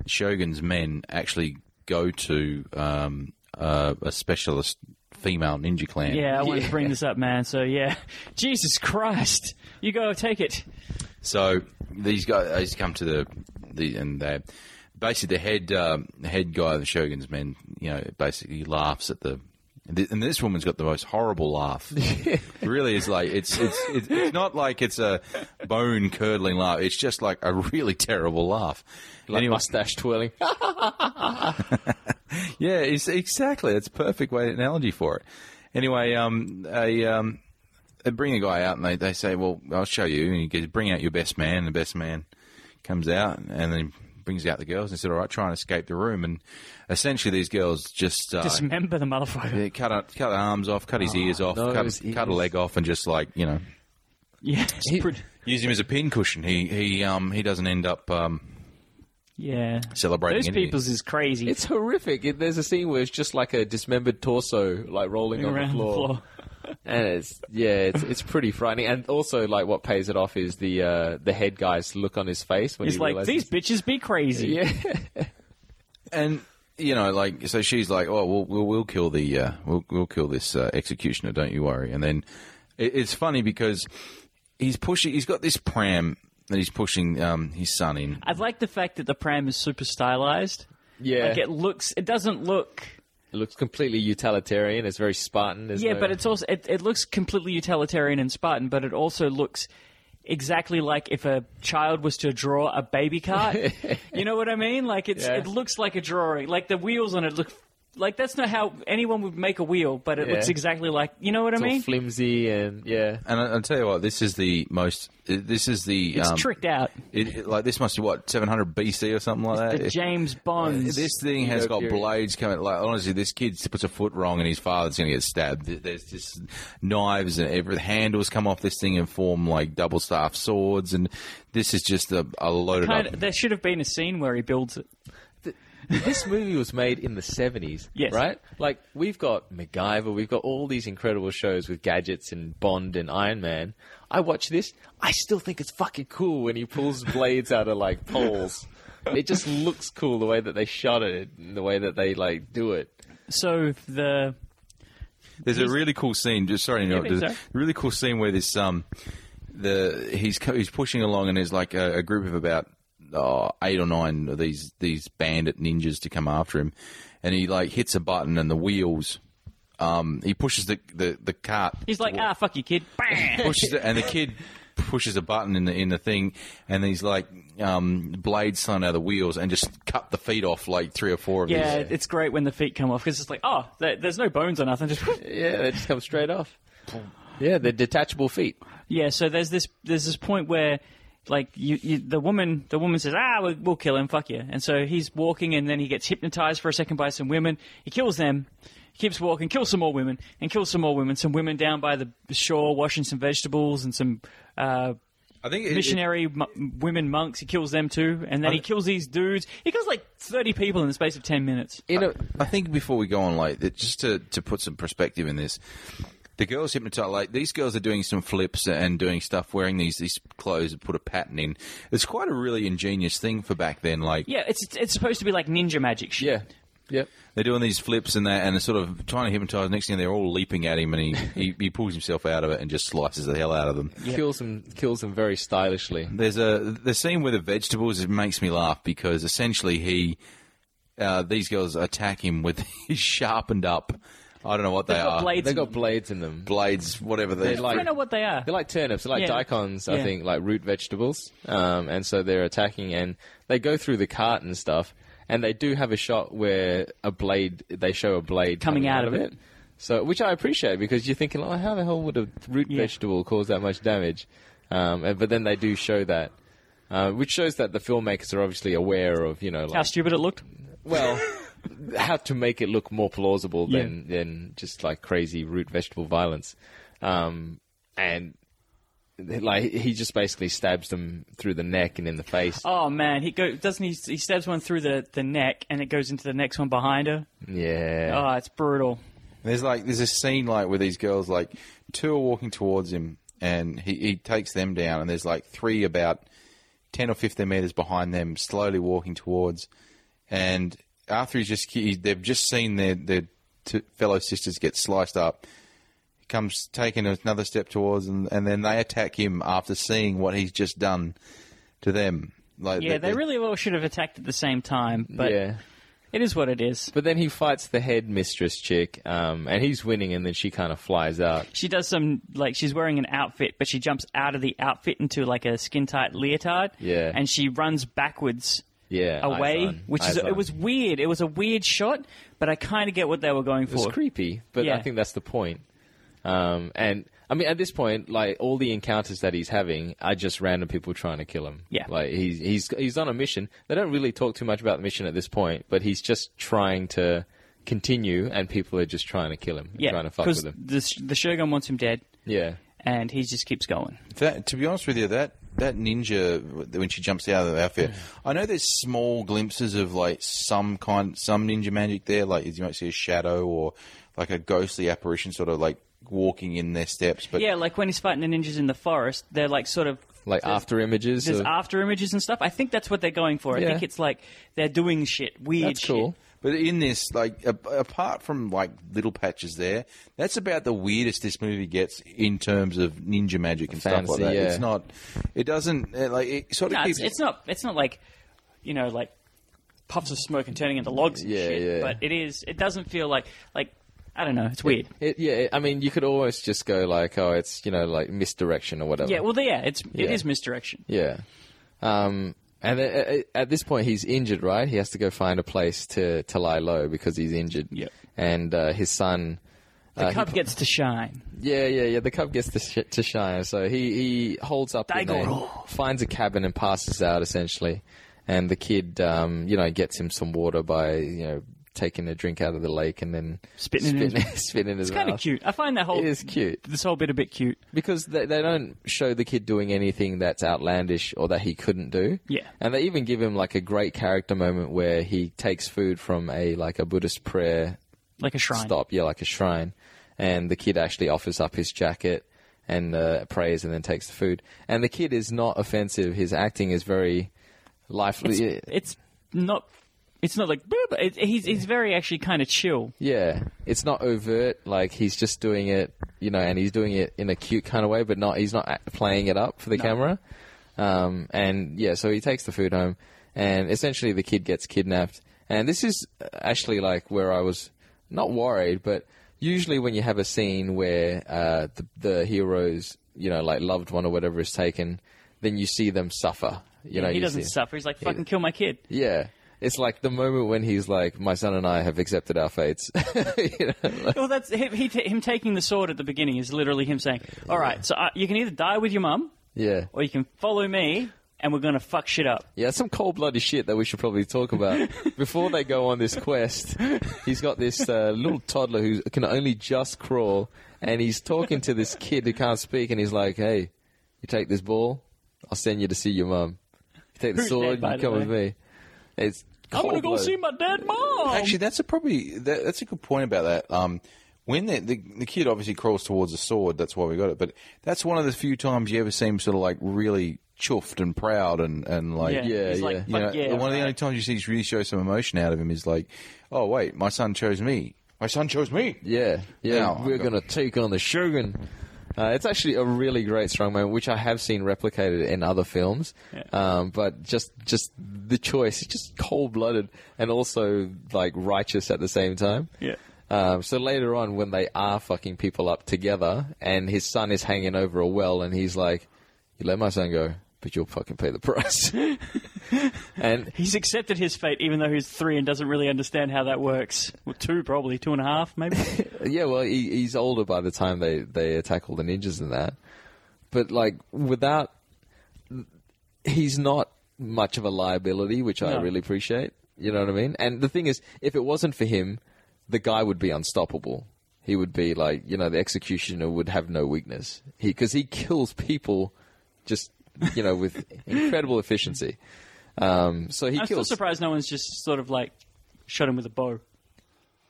Speaker 5: the shogun's men actually go to um, uh, a specialist female ninja clan.
Speaker 4: Yeah, I wanted to bring this up, man. So yeah, Jesus Christ, you go take it.
Speaker 5: So these guys come to the, the and they basically the head um, the head guy of the Shogun's men, you know, basically laughs at the. And this woman's got the most horrible laugh. really, is like it's, it's it's it's not like it's a bone curdling laugh. It's just like a really terrible laugh.
Speaker 3: like
Speaker 5: Anyway,
Speaker 3: mustache twirling.
Speaker 5: yeah, it's, exactly. It's a perfect way analogy for it. Anyway, um, a um, they bring a guy out and they, they say, "Well, I'll show you." And he goes, "Bring out your best man." And the best man comes out and then brings out the girls and said, "All right, try and escape the room." And essentially, these girls just uh,
Speaker 4: Dismember the motherfucker.
Speaker 5: they cut out- cut arms off, cut his ears off,
Speaker 3: no,
Speaker 5: cut,
Speaker 3: his
Speaker 5: cut a
Speaker 3: ears.
Speaker 5: leg off, and just like you know,
Speaker 4: Yeah, it's pretty-
Speaker 5: use him as a pincushion. He he um he doesn't end up um
Speaker 4: yeah.
Speaker 5: celebrating.
Speaker 4: Those
Speaker 5: any of
Speaker 4: people's is crazy.
Speaker 3: It's horrific. It, there's a scene where it's just like a dismembered torso, like rolling on
Speaker 4: around
Speaker 3: the floor. and it's yeah, it's it's pretty frightening. And also, like, what pays it off is the uh, the head guy's look on his face when
Speaker 4: It's
Speaker 3: he
Speaker 4: like
Speaker 3: realizes,
Speaker 4: these bitches be crazy.
Speaker 3: Yeah,
Speaker 5: and you know, like, so she's like, "Oh, we'll we'll, we'll kill the uh, we'll we'll kill this uh, executioner. Don't you worry." And then it, it's funny because he's pushing. He's got this pram that he's pushing um, his son in.
Speaker 4: I like the fact that the pram is super stylized.
Speaker 3: yeah.
Speaker 4: Like it looks, it doesn't look.
Speaker 3: It looks completely utilitarian. It's very Spartan. There's
Speaker 4: Yeah,
Speaker 3: no-
Speaker 4: but it's also it, it looks completely utilitarian and Spartan, but it also looks. exactly like if a child was to draw a baby cart. you know what I mean? Like it's
Speaker 3: Yeah.
Speaker 4: it looks like a drawing. Like the wheels on it look like that's not how anyone would make a wheel, but it
Speaker 3: Yeah.
Speaker 4: looks exactly like you know what I
Speaker 3: It's all
Speaker 4: mean?
Speaker 3: flimsy and yeah.
Speaker 5: And I- I'll tell you what, this is the most. This is the.
Speaker 4: It's
Speaker 5: um,
Speaker 4: tricked out.
Speaker 5: It, it- like this must be what 700 BC or something
Speaker 3: uh,
Speaker 5: like that.
Speaker 4: The James Bonds.
Speaker 5: This thing has
Speaker 3: No
Speaker 5: got
Speaker 3: period.
Speaker 5: blades coming. Like honestly, this kid puts a foot wrong and his father's going to get stabbed. Th- There's just knives and every handles come off this thing and form like double staff swords. And this is just a, a loaded
Speaker 4: Kind
Speaker 5: up.
Speaker 4: of, there should have been a scene where he builds it.
Speaker 3: this movie was made in the 70s,
Speaker 4: Yes.
Speaker 3: right? Like, we've got MacGyver, we've got all these incredible shows with gadgets and Bond and Iron Man. I watch this, I still think it's fucking cool when he pulls blades out of, like, poles. It just looks cool the way that they shot it and the way that they, like, do it.
Speaker 4: So the
Speaker 5: There's a really cool scene. Just sorry, to interrupt.
Speaker 4: please,
Speaker 5: There's a
Speaker 4: sir.
Speaker 5: really cool scene where this um, the he's co- he's pushing along and there's like a, a group of about oh, eight or nine of these these bandit ninjas to come after him, and he like hits a button and the wheels. Um, he pushes the the, the cart.
Speaker 4: he's like, ah, fuck you, kid. Bang!
Speaker 5: pushes it, and the kid pushes a button in the in the thing, and these like um, blades slide out of the wheels and just cut the feet off like three or four of
Speaker 4: Yeah,
Speaker 5: these.
Speaker 4: it's great when the feet come off because it's like, oh, there, there's no bones or nothing. Just
Speaker 3: Yeah, they just come straight off. Yeah, they're detachable feet.
Speaker 4: yeah. So there's this there's this point where like you, you the woman the woman says ah we'll, we'll kill him fuck you and so he's walking and then he gets hypnotized for a second by some women he kills them he keeps walking kills some more women and kills some more women some women down by the shore washing some vegetables and some uh,
Speaker 5: I think it- it-
Speaker 4: missionary m- women monks he kills them too and then he kills these dudes he kills like 30 people in the space of 10 minutes
Speaker 3: You know,
Speaker 5: I think before we go on, like that- just to, to put some perspective in this, the girls hypnotized. Like these girls are doing some flips and doing stuff, wearing these these clothes and put a pattern in. It's quite a really ingenious thing for back then. Like
Speaker 4: yeah it's it's- it's supposed to be like ninja magic shit
Speaker 3: yeah. Yep.
Speaker 5: they're doing these flips and that, and they're sort of trying to hypnotize. Next thing they're all leaping at him, and he, he he pulls himself out of it and just slices the hell out of them.
Speaker 3: Kills them, kills them very stylishly.
Speaker 5: There's a the scene with the vegetables. It makes me laugh because essentially he, uh, these girls attack him with his sharpened up. I don't know what they
Speaker 4: They've got
Speaker 5: are.
Speaker 4: blades
Speaker 3: They've got blades in them.
Speaker 5: blades, whatever they
Speaker 3: They're like-
Speaker 4: I don't know what they are.
Speaker 3: They're like turnips, they're like
Speaker 4: Yeah.
Speaker 3: daikons, I
Speaker 4: Yeah.
Speaker 3: think, like root vegetables. Um, and so they're attacking, and they go through the cart and stuff. And they do have a shot where a blade, they show a blade
Speaker 4: Coming out of it.
Speaker 3: So, which I appreciate because you're thinking, oh, how the hell would a root
Speaker 4: Yeah.
Speaker 3: vegetable cause that much damage? Um, and, but then they do show that, uh, which shows that the filmmakers are obviously aware of, you know,
Speaker 4: How
Speaker 3: like,
Speaker 4: stupid it looked.
Speaker 3: well, how to make it look more plausible than than just like crazy root vegetable violence, um, and like he just basically stabs them through the neck and in the face.
Speaker 4: Oh man, he go doesn't he? He stabs one through the, the neck, and it goes into the next one behind her.
Speaker 3: Yeah,
Speaker 4: Oh, it's brutal.
Speaker 5: There's like there's a scene like where these girls like two are walking towards him and he, he takes them down and there's like three about ten or fifteen meters behind them slowly walking towards and after he's just he, they've just seen their their two fellow sisters get sliced up he comes taking another step towards and and then they attack him after seeing what he's just done to them like
Speaker 4: Yeah, they really well should have attacked at the same time, but
Speaker 3: yeah.
Speaker 4: it is what it is.
Speaker 3: But then he fights the head mistress chick, um, and he's winning, and then she kind of flies out.
Speaker 4: She does some like she's wearing an outfit, but she jumps out of the outfit into like a skin tight leotard.
Speaker 3: Yeah.
Speaker 4: and she runs backwards.
Speaker 3: Yeah, eyes
Speaker 4: away,
Speaker 3: on,
Speaker 4: which
Speaker 3: eyes
Speaker 4: is
Speaker 3: on.
Speaker 4: it was weird. It was a weird shot, but I kind of get what they were going for.
Speaker 3: It's creepy, but I
Speaker 4: Yeah.
Speaker 3: think that's the point. Um, and I mean, at this point, like all the encounters that he's having are just random people trying to kill him.
Speaker 4: Yeah.
Speaker 3: like he's he's he's on a mission. They don't really talk too much about the mission at this point, but he's just trying to continue, and people are just trying to kill him, and
Speaker 4: yeah,
Speaker 3: trying to fuck
Speaker 4: because
Speaker 3: with him.
Speaker 4: the, sh- the Shogun wants him dead,
Speaker 3: Yeah,
Speaker 4: and he just keeps going.
Speaker 5: That, to be honest with you, that that ninja when she jumps out of the outfit, I know there's small glimpses of like some kind, some ninja magic there. Like you might see a shadow or like a ghostly apparition, sort of like walking in their steps. But
Speaker 4: Yeah, like when he's fighting the ninjas in the forest, they're like sort of
Speaker 3: like
Speaker 4: there's-
Speaker 3: after images.
Speaker 4: There's
Speaker 3: of-
Speaker 4: after images and stuff. I think that's what they're going for. I
Speaker 3: Yeah.
Speaker 4: think it's like they're doing shit weird.
Speaker 3: that's cool.
Speaker 4: Shit.
Speaker 5: but in this, like a, apart from like little patches there, that's about the weirdest this movie gets in terms of ninja magic and stuff
Speaker 3: Fantasy,
Speaker 5: like that.
Speaker 3: yeah.
Speaker 5: It's not, it doesn't uh, like it sort of
Speaker 4: No,
Speaker 5: keeps
Speaker 4: it's, it's not. It's not like you know, like puffs of smoke and turning into logs. And
Speaker 3: Yeah,
Speaker 4: shit,
Speaker 3: yeah.
Speaker 4: But it is. It doesn't feel like like. I don't know. It's weird.
Speaker 3: It, yeah, it- I mean, you could almost just go like, oh, it's you know like misdirection or whatever.
Speaker 4: Yeah, well, yeah, it's it
Speaker 3: Yeah.
Speaker 4: is misdirection.
Speaker 3: Yeah. Um, and a- a- at this point, he's injured, right? He has to go find a place to, to lie low because he's injured.
Speaker 4: Yep.
Speaker 3: And uh, his son.
Speaker 4: The
Speaker 3: uh, he-
Speaker 4: cub gets to shine.
Speaker 3: yeah, yeah, yeah. The cub gets to, sh- to shine. So he, he holds up the
Speaker 4: Daigoro.
Speaker 3: name, finds a cabin and passes out, essentially. And the kid, um, you know, gets him some water by, you know, taking a drink out of the lake and then
Speaker 4: Spitting it in
Speaker 3: spitting, spitting in his
Speaker 4: It's kind of
Speaker 3: mouth.
Speaker 4: cute. I find that whole
Speaker 3: It is cute
Speaker 4: this whole bit a bit cute.
Speaker 3: because they, they don't show the kid doing anything that's outlandish or that he couldn't do.
Speaker 4: Yeah.
Speaker 3: and they even give him like a great character moment where he takes food from a like a Buddhist prayer
Speaker 4: Like a shrine.
Speaker 3: stop, yeah, like a shrine, and the kid actually offers up his jacket and uh, prays and then takes the food. And the kid is not offensive. His acting is very
Speaker 4: It's,
Speaker 3: lively.
Speaker 4: it's not. It's not like "Boop," it, he's he's very actually kind of chill.
Speaker 3: Yeah, it's not overt. Like he's just doing it, you know, and he's doing it in a cute kind of way, but not. He's not act- playing it up for the camera. Um, and yeah, so he takes the food home, and essentially the kid gets kidnapped. And this is actually like where I was not worried, but usually when you have a scene where uh, the the hero's you know like loved one or whatever is taken, then you see them suffer. You know,
Speaker 4: he
Speaker 3: you
Speaker 4: doesn't
Speaker 3: see-
Speaker 4: suffer. He's like fucking kill my kid.
Speaker 3: Yeah. It's like the moment when he's like, "My son and I have accepted our fates." You know, like-
Speaker 4: Well, that's him, he t- him taking the sword at the beginning is literally him saying, "All right, so uh, you can either die with your mum,
Speaker 3: Yeah.
Speaker 4: or you can follow me, and we're gonna fuck shit up."
Speaker 3: Yeah, some cold blooded shit that we should probably talk about. Before they go on this quest, he's got this uh, little toddler who can only just crawl, and he's talking to this kid who can't speak, and he's like, hey, you take this ball, I'll send you to see your mum. You take the
Speaker 4: Who's
Speaker 3: sword,
Speaker 4: dead, by
Speaker 3: you
Speaker 4: the
Speaker 3: come
Speaker 4: way?
Speaker 3: with me. It's
Speaker 4: I'm gonna go
Speaker 3: cold-blooded.
Speaker 4: see my dead mom.
Speaker 5: Actually, that's a probably that, that's a good point about that. Um, when the, the the kid obviously crawls towards the sword, that's why we got it. But that's one of the few times you ever see him sort of like really chuffed and proud and and like
Speaker 4: yeah,
Speaker 3: Yeah,
Speaker 4: he's like,
Speaker 3: yeah.
Speaker 4: "Fuck
Speaker 5: you know,
Speaker 4: yeah,
Speaker 5: one of the
Speaker 4: right."
Speaker 5: only times you see he's really show some emotion out of him is like, oh wait, my son chose me. My son chose me.
Speaker 3: Yeah, yeah.
Speaker 4: Oh,
Speaker 5: Now,
Speaker 3: we're
Speaker 5: I've got-
Speaker 3: going to take on the Shogun. Uh, it's actually a really great strong moment, which I have seen replicated in other films.
Speaker 4: Yeah.
Speaker 3: Um, but just just the choice, it's just cold blooded and also like righteous at the same time.
Speaker 4: Yeah.
Speaker 3: Um, so later on, when they are fucking people up together, and his son is hanging over a well, and he's like, "You let my son go, but you'll fucking pay the price." and
Speaker 4: He's accepted his fate, even though he's three and doesn't really understand how that works. Well, two, probably two and a half, maybe.
Speaker 3: Yeah, well, he, he's older by the time they they attack all the ninjas and that. But like, without, he's not much of a liability, which I
Speaker 4: No.
Speaker 3: really appreciate. You know what I mean? And the thing is, if it wasn't for him, the guy would be unstoppable. He would be like, you know, the executioner would have no weakness. He because he kills people, just you know, with incredible efficiency. Um, so he
Speaker 4: I'm still
Speaker 3: kills.
Speaker 4: surprised no one's just sort of like shot him with a bow.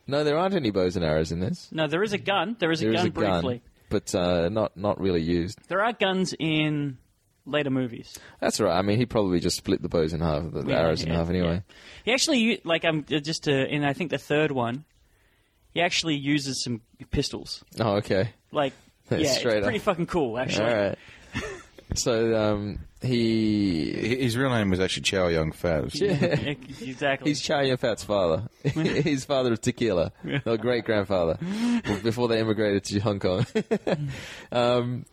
Speaker 3: No, there aren't any bows and arrows in this.
Speaker 4: No, there is a gun. There is a
Speaker 3: There is
Speaker 4: gun
Speaker 3: a gun,
Speaker 4: briefly.
Speaker 3: but uh, not not really used.
Speaker 4: There are guns in later movies.
Speaker 3: That's all right. I mean, he probably just split the bows in half, the, the arrows in
Speaker 4: Yeah,
Speaker 3: half,
Speaker 4: yeah.
Speaker 3: anyway.
Speaker 4: He actually u- like I'm just uh in I think the third one. He actually uses some pistols.
Speaker 3: Oh, okay.
Speaker 4: Like yeah,
Speaker 3: That's
Speaker 4: it's
Speaker 3: straight up.
Speaker 4: pretty fucking cool
Speaker 3: All
Speaker 4: actually.
Speaker 3: right. so um, he
Speaker 5: His real name was actually Chow Young Fat.
Speaker 4: Yeah, exactly.
Speaker 3: he's Chow Yun Fat's father. he's father of tequila, their great grandfather, before they immigrated to Hong Kong. um,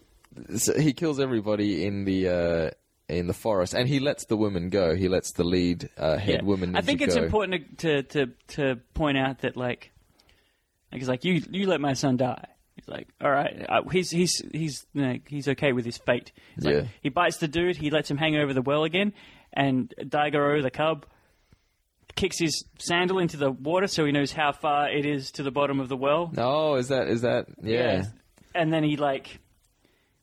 Speaker 3: so he kills everybody in the. Uh, in the forest, and he lets the woman go. He lets the lead uh, head
Speaker 4: Yeah.
Speaker 3: woman.
Speaker 4: I think
Speaker 3: ninja
Speaker 4: it's
Speaker 3: go.
Speaker 4: important to, to to to point out that like, like he's like you you let my son die. He's like, all right, uh, he's he's he's you know, he's okay with his fate. It's like,
Speaker 3: Yeah.
Speaker 4: he bites the dude. He lets him hang over the well again, and Daigoro the cub kicks his sandal into the water so he knows how far it is to the bottom of the well.
Speaker 3: Oh, is that is that? Yeah,
Speaker 4: and then he like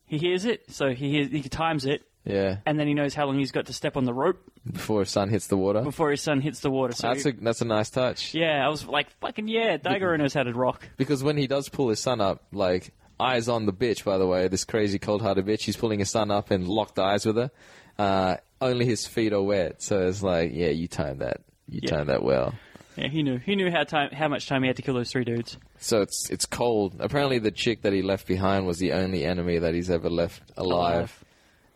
Speaker 4: he hears it, so he hears, he times it.
Speaker 3: yeah.
Speaker 4: And then he knows how long he's got to step on the rope
Speaker 3: Before his son hits the water.
Speaker 4: before his son hits the water. So
Speaker 3: that's
Speaker 4: he-
Speaker 3: a that's a nice touch.
Speaker 4: yeah, I was like, fucking yeah, Daigoro knows how to rock.
Speaker 3: because when he does pull his son up, like eyes on the bitch. By the way, this crazy cold-hearted bitch. He's pulling his son up and locked eyes with her. Uh, only his feet are wet, so it's like, yeah, you timed that. You
Speaker 4: Yeah.
Speaker 3: timed that well.
Speaker 4: Yeah, he knew. He knew how time, how much time he had to kill those three dudes.
Speaker 3: So it's it's cold. Apparently, the chick that he left behind was the only enemy that he's ever left alive.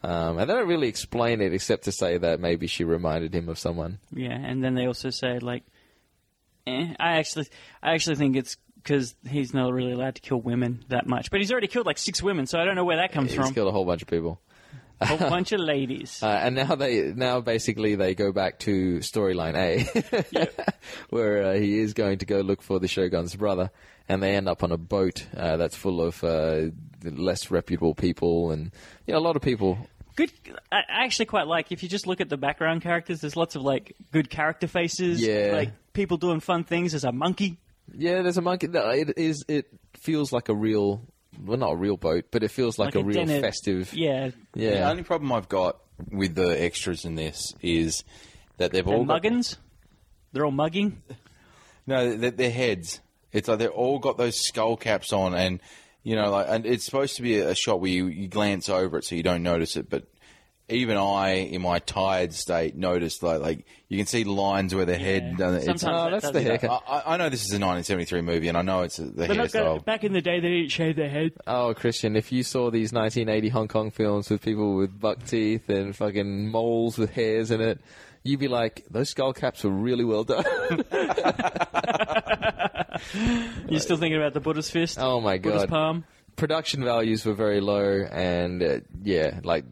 Speaker 3: Um, and they don't really explain it, except to say that maybe she reminded him of someone.
Speaker 4: Yeah, and then they also say like, eh, I actually, I actually think it's because he's not really allowed to kill women that much. But he's already killed like six women, so I don't know where that comes
Speaker 3: He's
Speaker 4: from.
Speaker 3: killed a whole bunch of people.
Speaker 4: A whole bunch of ladies.
Speaker 3: Uh, and now they now basically they go back to storyline A, where uh, he is going to go look for the Shogun's brother, and they end up on a boat uh, that's full of uh, less reputable people and you know a lot of people.
Speaker 4: good. I I actually quite like if you just look at the background characters. There's lots of like good character faces.
Speaker 3: Yeah.
Speaker 4: Like people doing fun things. There's a monkey.
Speaker 3: Yeah, there's a monkey. No, it is. It feels like a real, well, not a real boat, but it feels like, a, real
Speaker 4: den of-
Speaker 3: festive.
Speaker 4: Yeah.
Speaker 5: The
Speaker 3: yeah.
Speaker 5: only problem I've got with the extras in this is that they've
Speaker 4: They're
Speaker 5: all got-
Speaker 4: muggins. They're all mugging.
Speaker 5: No, their, their heads. It's like they've all got those skull caps on, and you know, like, and it's supposed to be a shot where you, you glance over it so you don't notice it, but. Even I, in my tired state, noticed like like you can see lines where their head. done it. It's-
Speaker 4: Sometimes
Speaker 3: Oh,
Speaker 4: that
Speaker 3: that's
Speaker 4: does
Speaker 3: the
Speaker 4: it.
Speaker 3: haircut.
Speaker 5: I, I- I know this is a 1973 movie, and I know it's a, the
Speaker 4: They're not gonna,
Speaker 5: hairstyle.
Speaker 4: back in the day, they didn't shave their head.
Speaker 3: Oh, Christian, if you saw these 1980 Hong Kong films with people with buck teeth and fucking moles with hairs in it, you'd be like, those skull caps were really well done.
Speaker 4: You're still thinking about the Buddha's fist?
Speaker 3: oh my
Speaker 4: Buddha's
Speaker 3: god.
Speaker 4: palm?
Speaker 3: Production values were very low, and uh, yeah, like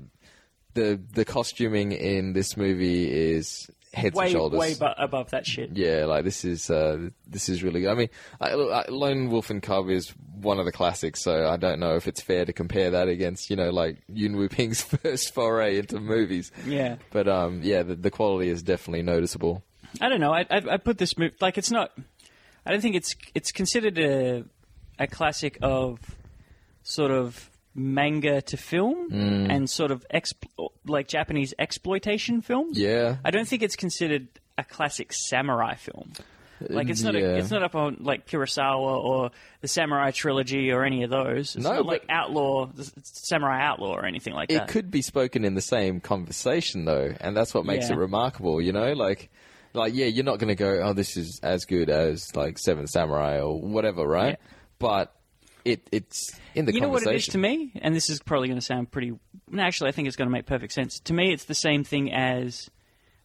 Speaker 3: the the costuming in this movie is heads and
Speaker 4: Way,
Speaker 3: shoulders.
Speaker 4: way bu- above that shit.
Speaker 3: yeah, like this is uh, this is really good. I mean, I, I, Lone Wolf and Cub is one of the classics, so I don't know if it's fair to compare that against you know like Yuen Wu Ping's first foray into movies.
Speaker 4: Yeah.
Speaker 3: but um, yeah, the, the quality is definitely noticeable.
Speaker 4: I don't know. I, I, I put this movie like it's not. I don't think it's it's considered a a classic of sort of manga to film
Speaker 3: Mm.
Speaker 4: and sort of expl- like Japanese exploitation films.
Speaker 3: Yeah,
Speaker 4: I don't think it's considered a classic samurai film. Like it's not
Speaker 3: yeah.
Speaker 4: a, it's not up on like Kurosawa or the Samurai trilogy or any of those. It's
Speaker 3: No,
Speaker 4: not
Speaker 3: but-
Speaker 4: like Outlaw, the Samurai Outlaw or anything like
Speaker 3: it
Speaker 4: that.
Speaker 3: could be spoken in the same conversation though, and that's what makes
Speaker 4: Yeah.
Speaker 3: it remarkable. You know, like. Like yeah, you're not going to go. Oh, this is as good as like Seven Samurai or whatever, right? But it it's in the
Speaker 4: you know what
Speaker 3: conversation.
Speaker 4: it is to me, and this is probably going to sound pretty. no, Actually, I think it's going to make perfect sense to me. It's the same thing as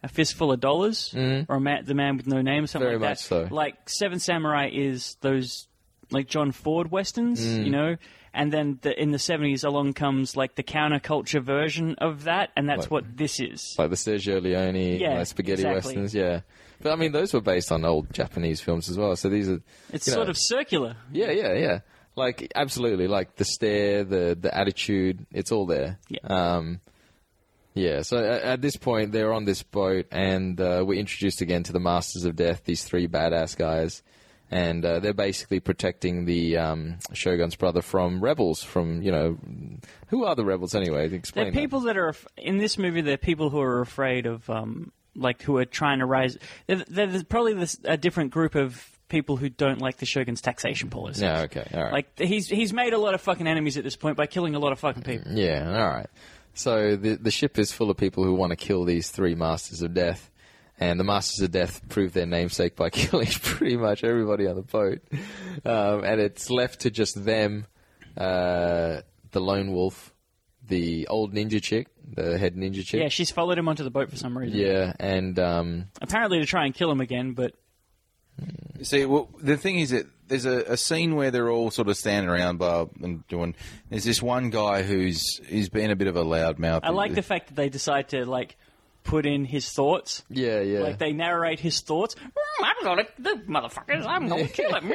Speaker 4: a fistful of dollars or a man, the man with no name, or something
Speaker 3: Mm-hmm. Very
Speaker 4: like
Speaker 3: much so.
Speaker 4: that. Like Seven Samurai is those like John Ford westerns,
Speaker 3: Mm.
Speaker 4: you know. And then the, in the seventies, along comes like the counterculture version of that, and that's
Speaker 3: Like-
Speaker 4: what this is.
Speaker 3: like the Sergio Leone
Speaker 4: Yeah,
Speaker 3: like spaghetti
Speaker 4: exactly.
Speaker 3: westerns. Yeah, but I mean those were based on old Japanese films as well. So these are
Speaker 4: It's
Speaker 3: you know,
Speaker 4: sort of circular.
Speaker 3: yeah, yeah, yeah. Like absolutely, like the stare, the the attitude, it's all there.
Speaker 4: Yeah.
Speaker 3: Um, yeah. So at, at this point, they're on this boat, and uh, we're introduced again to the Masters of Death. These three badass guys. And uh, they're basically protecting the um, Shogun's brother from rebels. From you know, who are the rebels anyway? Explain.
Speaker 4: They're
Speaker 3: that.
Speaker 4: people that are af- in this movie. They're people who are afraid of, um, like, who are trying to rise. They're, they're the- probably this, a different group of people who don't like the shogun's taxation policies.
Speaker 3: Yeah, okay, all right.
Speaker 4: Like he's he's made a lot of fucking enemies at this point by killing a lot of fucking people.
Speaker 3: Yeah, all right. So the the ship is full of people who want to kill these three masters of death, and the masters of death prove their namesake by killing pretty much everybody on the boat, um, and it's left to just them, uh, the lone wolf, the old ninja chick, the head ninja chick.
Speaker 4: Yeah, she's followed him onto the boat for some reason.
Speaker 3: Yeah, and um,
Speaker 4: Apparently to try and kill him again, but
Speaker 5: See, well, the thing is that there's a, a scene where they're all sort of standing around, blah, and doing. There's this one guy who's he's been a bit of a loudmouth.
Speaker 4: I like the fact that they decide to like put in his thoughts.
Speaker 3: yeah, yeah.
Speaker 4: Like they narrate his thoughts. "Mm, I'm gonna, the motherfuckers. I'm gonna kill him.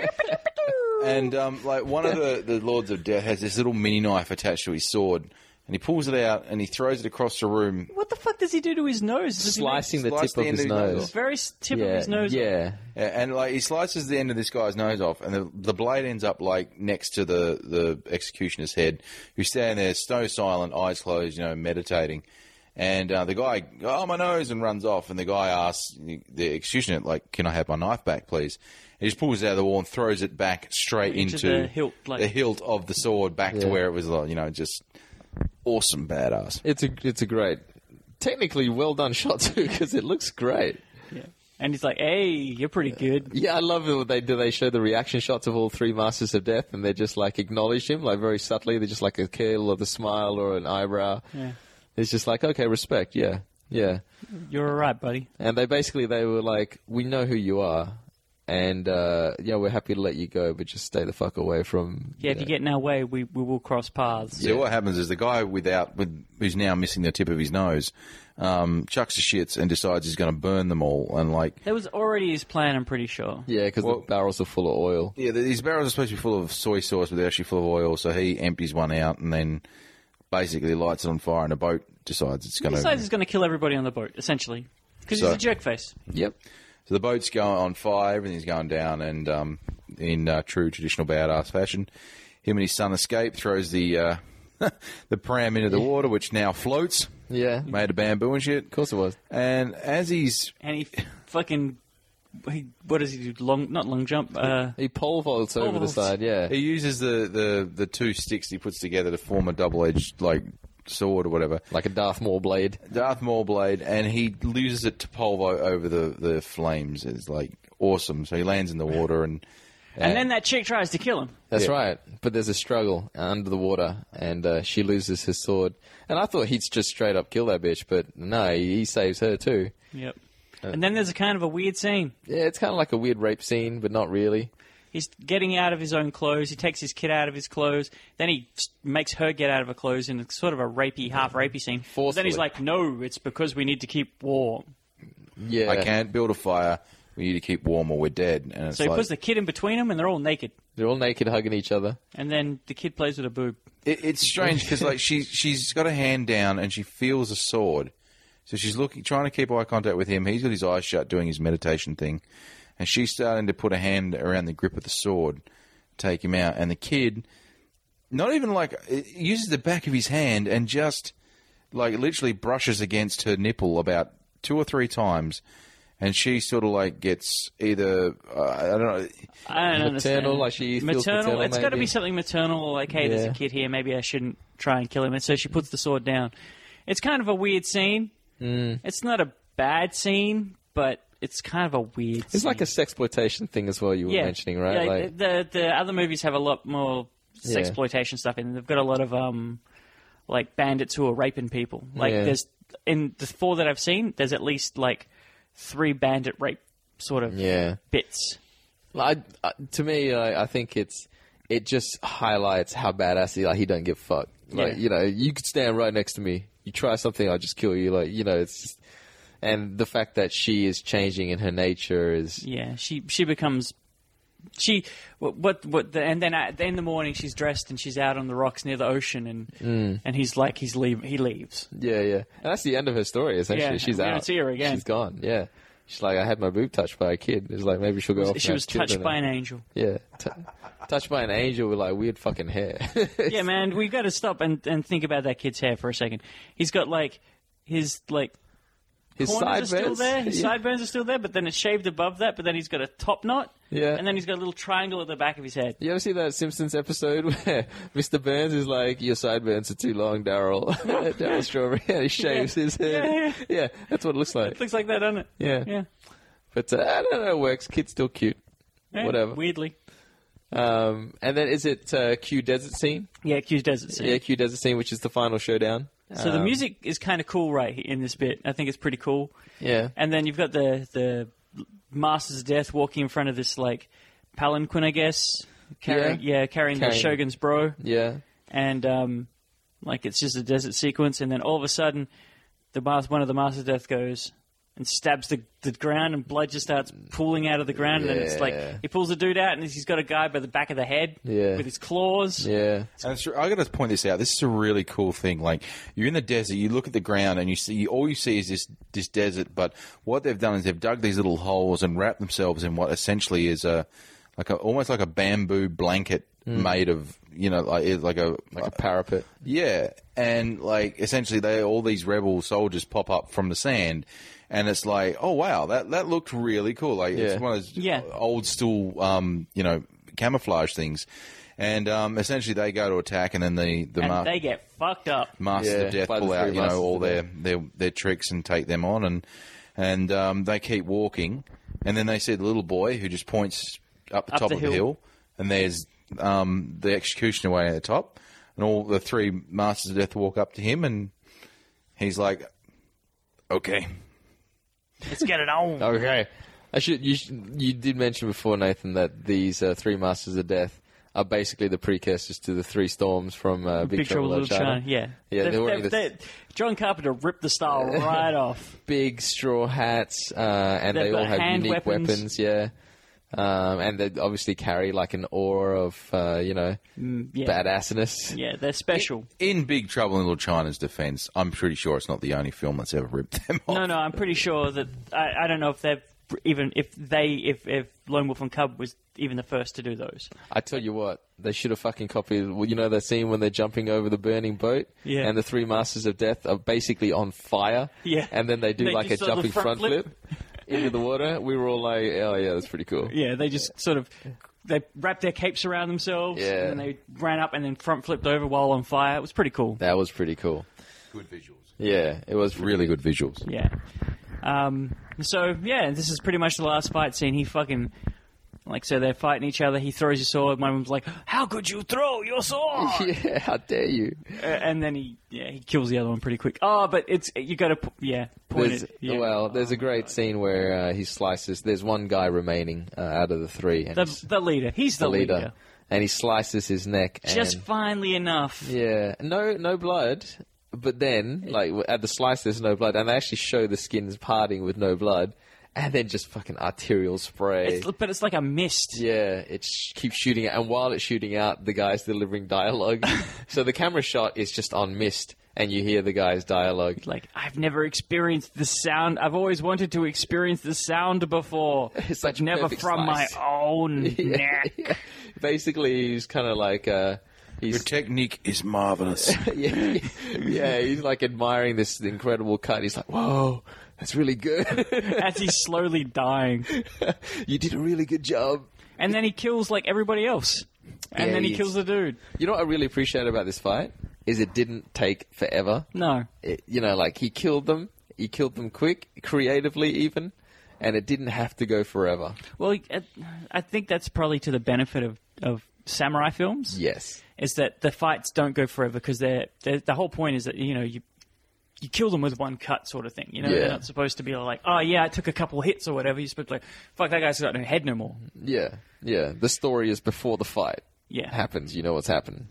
Speaker 5: And um, like one of the, the Lords of Death has this little mini knife attached to his sword, and he pulls it out and he throws it across the room.
Speaker 4: what the fuck does he do to his nose? Does he make-
Speaker 3: slicing the
Speaker 5: Slice
Speaker 3: tip
Speaker 5: the
Speaker 3: of
Speaker 5: end
Speaker 3: his
Speaker 5: of his
Speaker 3: nose.
Speaker 4: very s- tip
Speaker 3: Yeah,
Speaker 4: of his nose.
Speaker 3: yeah.
Speaker 5: A- And like he slices the end of this guy's nose off, and the, the blade ends up like next to the, the executioner's head, who's standing there, so silent, eyes closed, you know, meditating. And uh, the guy, oh my nose, and runs off. And the guy asks the the executioner, like, "Can I have my knife back, please?" He just pulls it out of the wall and throws it back straight
Speaker 4: Into
Speaker 5: into,
Speaker 4: the hilt, like-
Speaker 5: the hilt of the sword, back to where it was, like, you know, just awesome, badass.
Speaker 3: It's a it's a great, technically well done shot too because it looks great.
Speaker 4: Yeah. And he's like, "Hey, you're pretty good."
Speaker 3: Yeah, I love it. when They do they show the reaction shots of all three Masters of Death, and they just like acknowledge him, like very subtly. They're just like a curl or the smile or an eyebrow.
Speaker 4: Yeah.
Speaker 3: It's just like okay, respect. Yeah, yeah.
Speaker 4: You're all right, buddy.
Speaker 3: And they basically they were like, we know who you are, And uh, yeah, we're happy to let you go, but just stay the fuck away from.
Speaker 4: Yeah, if you get in our way, we, we will cross paths.
Speaker 5: So what happens is the guy without, with, who's now missing the tip of his nose, um, chucks the shits and decides he's going to burn them all. And like,
Speaker 4: That was already his plan, I'm pretty sure.
Speaker 3: yeah, because the barrels are full of oil.
Speaker 5: yeah, these barrels are supposed to be full of soy sauce, but they're actually full of oil. So he empties one out and then basically lights it on fire, and a boat decides it's going
Speaker 4: He
Speaker 5: to.
Speaker 4: decides he's going to kill everybody on the boat, essentially. Because
Speaker 5: So-
Speaker 4: he's a jerkface.
Speaker 3: Yep.
Speaker 5: So the boat's going on fire, everything's going down, and um, in uh, true traditional badass fashion, him and his son escape, throws the uh, the pram into the water, which now floats,
Speaker 3: Yeah. Of
Speaker 5: made of bamboo and shit.
Speaker 3: course it was.
Speaker 5: And as he's
Speaker 4: And he fucking. He, what does he do? Long, not long jump. Uh,
Speaker 3: He pole vaults over the
Speaker 4: vaults.
Speaker 3: side. Yeah.
Speaker 5: he uses the, the, the two sticks he puts together to form a double edged like sword or whatever,
Speaker 3: like a Darth Maul blade.
Speaker 5: Darth Maul blade, and he uses it to polvo over the, the flames. It's like awesome. So he lands in the water and
Speaker 4: and then that chick tries to kill him.
Speaker 3: That's
Speaker 5: Yeah.
Speaker 3: right. But there's a struggle under the water, and uh, she loses his sword. And I thought he'd just straight up kill that bitch, but no, he he saves her too.
Speaker 4: Yep. and then there's a kind of a weird scene.
Speaker 3: Yeah, it's kind of like a weird rape scene, but not really.
Speaker 4: He's getting out of his own clothes. He takes his kid out of his clothes. Then he s- makes her get out of her clothes in a sort of a rapey, half rapey scene. But Then he's
Speaker 3: Forcefully.
Speaker 4: like, "No, it's because we need to keep warm."
Speaker 3: Yeah,
Speaker 5: I can't build a fire. We need to keep warm or we're dead. And it's
Speaker 4: So he
Speaker 5: like,
Speaker 4: puts the kid in between them, and they're all naked.
Speaker 3: They're all naked, hugging each other.
Speaker 4: And then the kid plays with a boob.
Speaker 5: It, it's strange because like she she's got her hand down and she feels a sword, so she's looking trying to keep eye contact with him. He's got his eyes shut doing his meditation thing, and she's starting to put a hand around the grip of the sword, take him out. And the kid, not even like it- uses the back of his hand and just like literally brushes against her nipple about two or three times. And she sort of like gets either uh, I don't know.
Speaker 4: I
Speaker 3: Maternal,
Speaker 4: don't understand.
Speaker 3: like she feels
Speaker 4: maternal.
Speaker 3: maternal,
Speaker 4: it's got to
Speaker 3: maybe.
Speaker 4: be something maternal. or Like, hey, there's
Speaker 3: Yeah.
Speaker 4: a kid here. Maybe I shouldn't try and kill him. And so she puts the sword down. It's kind of a weird scene.
Speaker 3: Hmm.
Speaker 4: Mm. It's not a bad scene, but it's kind of a weird.
Speaker 3: It's like a sexploitation thing as well. You were mentioning, right?
Speaker 4: Yeah,
Speaker 3: like,
Speaker 4: the, the the other movies have a lot more
Speaker 3: Yeah.
Speaker 4: sexploitation stuff in. them. They've got a lot of um, like bandits who are raping people. Like
Speaker 3: Yeah.
Speaker 4: there's in the four that I've seen, there's at least like three bandit rape sort of
Speaker 3: yeah.
Speaker 4: bits.
Speaker 3: Like, I, I- to me, I, I think it's it just highlights how badass he like. He don't give a fuck. Like
Speaker 4: Yeah.
Speaker 3: you know, you could stand right next to me. You try something, I'll just kill you. Like you know, it's just, and the fact that she is changing in her nature is
Speaker 4: Yeah, she she becomes she what what, what the, and then at, in the morning she's dressed and she's out on the rocks near the ocean and
Speaker 3: Mm.
Speaker 4: and he's like he's leave he leaves.
Speaker 3: yeah, yeah. And that's the end of her story. Essentially,
Speaker 4: Yeah,
Speaker 3: she's
Speaker 4: we
Speaker 3: out.
Speaker 4: don't see her again.
Speaker 3: She's gone. Yeah. She's like, I had my boob touched by a kid. It's like maybe she'll go. off and
Speaker 4: she
Speaker 3: have
Speaker 4: was touched
Speaker 3: children
Speaker 4: by
Speaker 3: now.
Speaker 4: an angel.
Speaker 3: yeah, t- touched by an angel with like weird fucking hair.
Speaker 4: yeah, man, we got to stop and, and think about that kid's hair for a second. He's got like his like
Speaker 3: His
Speaker 4: corners are still
Speaker 3: sideburns?
Speaker 4: there. His
Speaker 3: Yeah.
Speaker 4: sideburns are still there, but then it's shaved above that. But then he's got a top knot.
Speaker 3: Yeah.
Speaker 4: and then he's got a little triangle at the back of his head.
Speaker 3: You ever see that Simpsons episode where Mr. Burns is like, "Your sideburns are too long, Daryl." Daryl Strawberry, and he shaves his head.
Speaker 4: Yeah,
Speaker 3: yeah. that's what it looks like.
Speaker 4: It looks like that, doesn't it?
Speaker 3: Yeah.
Speaker 4: yeah.
Speaker 3: But uh, I don't know, it works. Kid's still cute.
Speaker 4: Yeah,
Speaker 3: Whatever.
Speaker 4: Weirdly,
Speaker 3: Um, and then is it uh, Q Desert Scene?
Speaker 4: yeah, Q's desert scene.
Speaker 3: Yeah, Q Desert Scene, which is the final showdown.
Speaker 4: So
Speaker 3: Um,
Speaker 4: the music is kind of cool, right? In this bit, I think it's pretty cool.
Speaker 3: Yeah.
Speaker 4: And then you've got the the Master's Death walking in front of this like palanquin, I guess. Carrying, yeah. carrying the
Speaker 3: Carrying-
Speaker 4: Shogun's bro.
Speaker 3: Yeah.
Speaker 4: and um, like it's just a desert sequence, and then all of a sudden, the mas- one of the Master Death goes and stabs the, the ground, and blood just starts pooling out of the ground, and then it's
Speaker 3: Yeah.
Speaker 4: like he pulls the dude out, and he's got a guy by the back of the head
Speaker 3: Yeah.
Speaker 4: with his claws.
Speaker 3: Yeah.
Speaker 5: And it's, I got to point this out. This is a really cool thing. Like you're in the desert, you look at the ground, and you see all you see is this this desert. But what they've done is they've dug these little holes and wrapped themselves in what essentially is a like a, almost like a bamboo blanket made of you know like it's like a
Speaker 3: Like a parapet.
Speaker 5: yeah, and like essentially, they all these rebel soldiers pop up from the sand, and it's like, oh wow, that that looked really cool. Like
Speaker 3: Yeah.
Speaker 5: it's one of those
Speaker 4: Yeah.
Speaker 5: old school, um, you know, camouflage things. And um, essentially, they go to attack, and then the the
Speaker 4: And
Speaker 5: ma-
Speaker 4: they get fucked up.
Speaker 5: masters
Speaker 3: Yeah,
Speaker 5: of death
Speaker 3: by the
Speaker 5: pull out,
Speaker 3: three
Speaker 5: you
Speaker 3: Masters
Speaker 5: know, all
Speaker 3: of
Speaker 5: their,
Speaker 3: Death.
Speaker 5: their their tricks and take them on, and and um, they keep walking, and then they see the little boy who just points up the
Speaker 4: Up
Speaker 5: top
Speaker 4: the
Speaker 5: of the
Speaker 4: hill.
Speaker 5: hill, and there's um, the executioner way at the top, and all the three masters of death walk up to him, and he's like, "Okay,
Speaker 4: Let's get it on.
Speaker 3: Okay. I should you sh- you did mention before Nathan that these uh, three Masters of Death are basically the precursors to the three storms from uh, Big,
Speaker 4: Big Trouble in Little China. Yeah,
Speaker 3: Yeah,
Speaker 4: They-
Speaker 3: they're wearing the-
Speaker 4: they- they- John Carpenter ripped the style right off.
Speaker 3: Big straw hats, uh, and
Speaker 4: They've
Speaker 3: they all
Speaker 4: got
Speaker 3: have
Speaker 4: hand
Speaker 3: unique
Speaker 4: weapons.
Speaker 3: weapons. yeah. Um, and they obviously carry like an aura of uh, you know
Speaker 4: Mm, yeah.
Speaker 3: badassiness.
Speaker 4: Yeah, they're special.
Speaker 5: In Big Trouble in Little China's defense, I'm pretty sure it's not the only film that's ever ripped
Speaker 3: Oh.
Speaker 5: them off.
Speaker 4: No, no, I'm pretty sure that I, I don't know if they've even if they if if Lone Wolf and Cub was even the first to do those.
Speaker 3: I tell you what, they should have fucking copied. well, You know that scene when they're jumping over the burning boat,
Speaker 4: Yeah.
Speaker 3: and the three Masters of Death are basically on fire,
Speaker 4: Yeah.
Speaker 3: and then they do
Speaker 4: They
Speaker 3: like a
Speaker 4: just sort of
Speaker 3: jumping
Speaker 4: front
Speaker 3: front,
Speaker 4: flip.
Speaker 3: flip. into the water. We were all like, "Oh yeah, that's pretty cool."
Speaker 4: Yeah, they just sort of they wrapped their capes around themselves
Speaker 3: Yeah.
Speaker 4: and then they ran up and then front flipped over while on fire. It was pretty cool.
Speaker 3: That was pretty cool.
Speaker 5: Good visuals.
Speaker 3: Yeah, it was really.
Speaker 5: Really good visuals.
Speaker 4: Yeah. Um, so yeah, this is pretty much the last fight scene. He fucking like so they're fighting each other. He throws his sword. My mum's like, "How could you throw your sword?"
Speaker 3: Yeah, how dare you?
Speaker 4: Uh, and then he yeah he kills the other one pretty quick. Oh, but it's you got to yeah point
Speaker 3: There's,
Speaker 4: it. Yeah.
Speaker 3: Well, there's a great scene where uh, he slices. There's one guy remaining uh, out of the three, and
Speaker 4: the,
Speaker 3: he's
Speaker 4: the leader. He's the,
Speaker 3: the
Speaker 4: leader.
Speaker 3: leader, and he slices his neck.
Speaker 4: Just
Speaker 3: and,
Speaker 4: finally enough.
Speaker 3: Yeah, no, no blood. But then, like w- at the slice, there's no blood, and they actually show the skins parting with no blood, and then just fucking arterial spray.
Speaker 4: It's, but it's like a mist.
Speaker 3: yeah, it sh- keeps shooting, out, and while it's shooting out, the guy's delivering dialogue. so the camera shot is just on mist, and you hear the guy's dialogue.
Speaker 4: Like I've never experienced the sound. I've always wanted to experience the sound before.
Speaker 3: It's
Speaker 4: but
Speaker 3: such a
Speaker 4: never
Speaker 3: perfect
Speaker 4: from
Speaker 3: slice.
Speaker 4: my own neck.
Speaker 3: Basically, he's kind of like uh,
Speaker 5: Your
Speaker 3: he's
Speaker 5: technique is marvelous.
Speaker 3: yeah, yeah, he's like admiring this incredible cut. He's like, whoa, that's really good.
Speaker 4: As he's slowly dying,
Speaker 3: you did a really good job.
Speaker 4: and then he kills like everybody else, and
Speaker 3: Yeah,
Speaker 4: then he
Speaker 3: he's-
Speaker 4: kills the dude.
Speaker 3: You know what I really appreciate about this fight is it didn't take forever.
Speaker 4: No,
Speaker 3: It, you know, like he killed them. He killed them quick, creatively even, and it didn't have to go forever.
Speaker 4: well,
Speaker 3: uh,
Speaker 4: I- I think that's probably to the benefit of of samurai films.
Speaker 3: Yes.
Speaker 4: is that the fights don't go forever because they're, they're the whole point is that you know you you kill them with one cut sort of thing. You know they're
Speaker 3: Yeah.
Speaker 4: not supposed to be like oh yeah I took a couple hits or whatever. You're supposed to be like fuck that guy's got no head no more.
Speaker 3: Yeah. Yeah. The story is before the fight
Speaker 4: Yeah.
Speaker 3: happens. You know what's happened.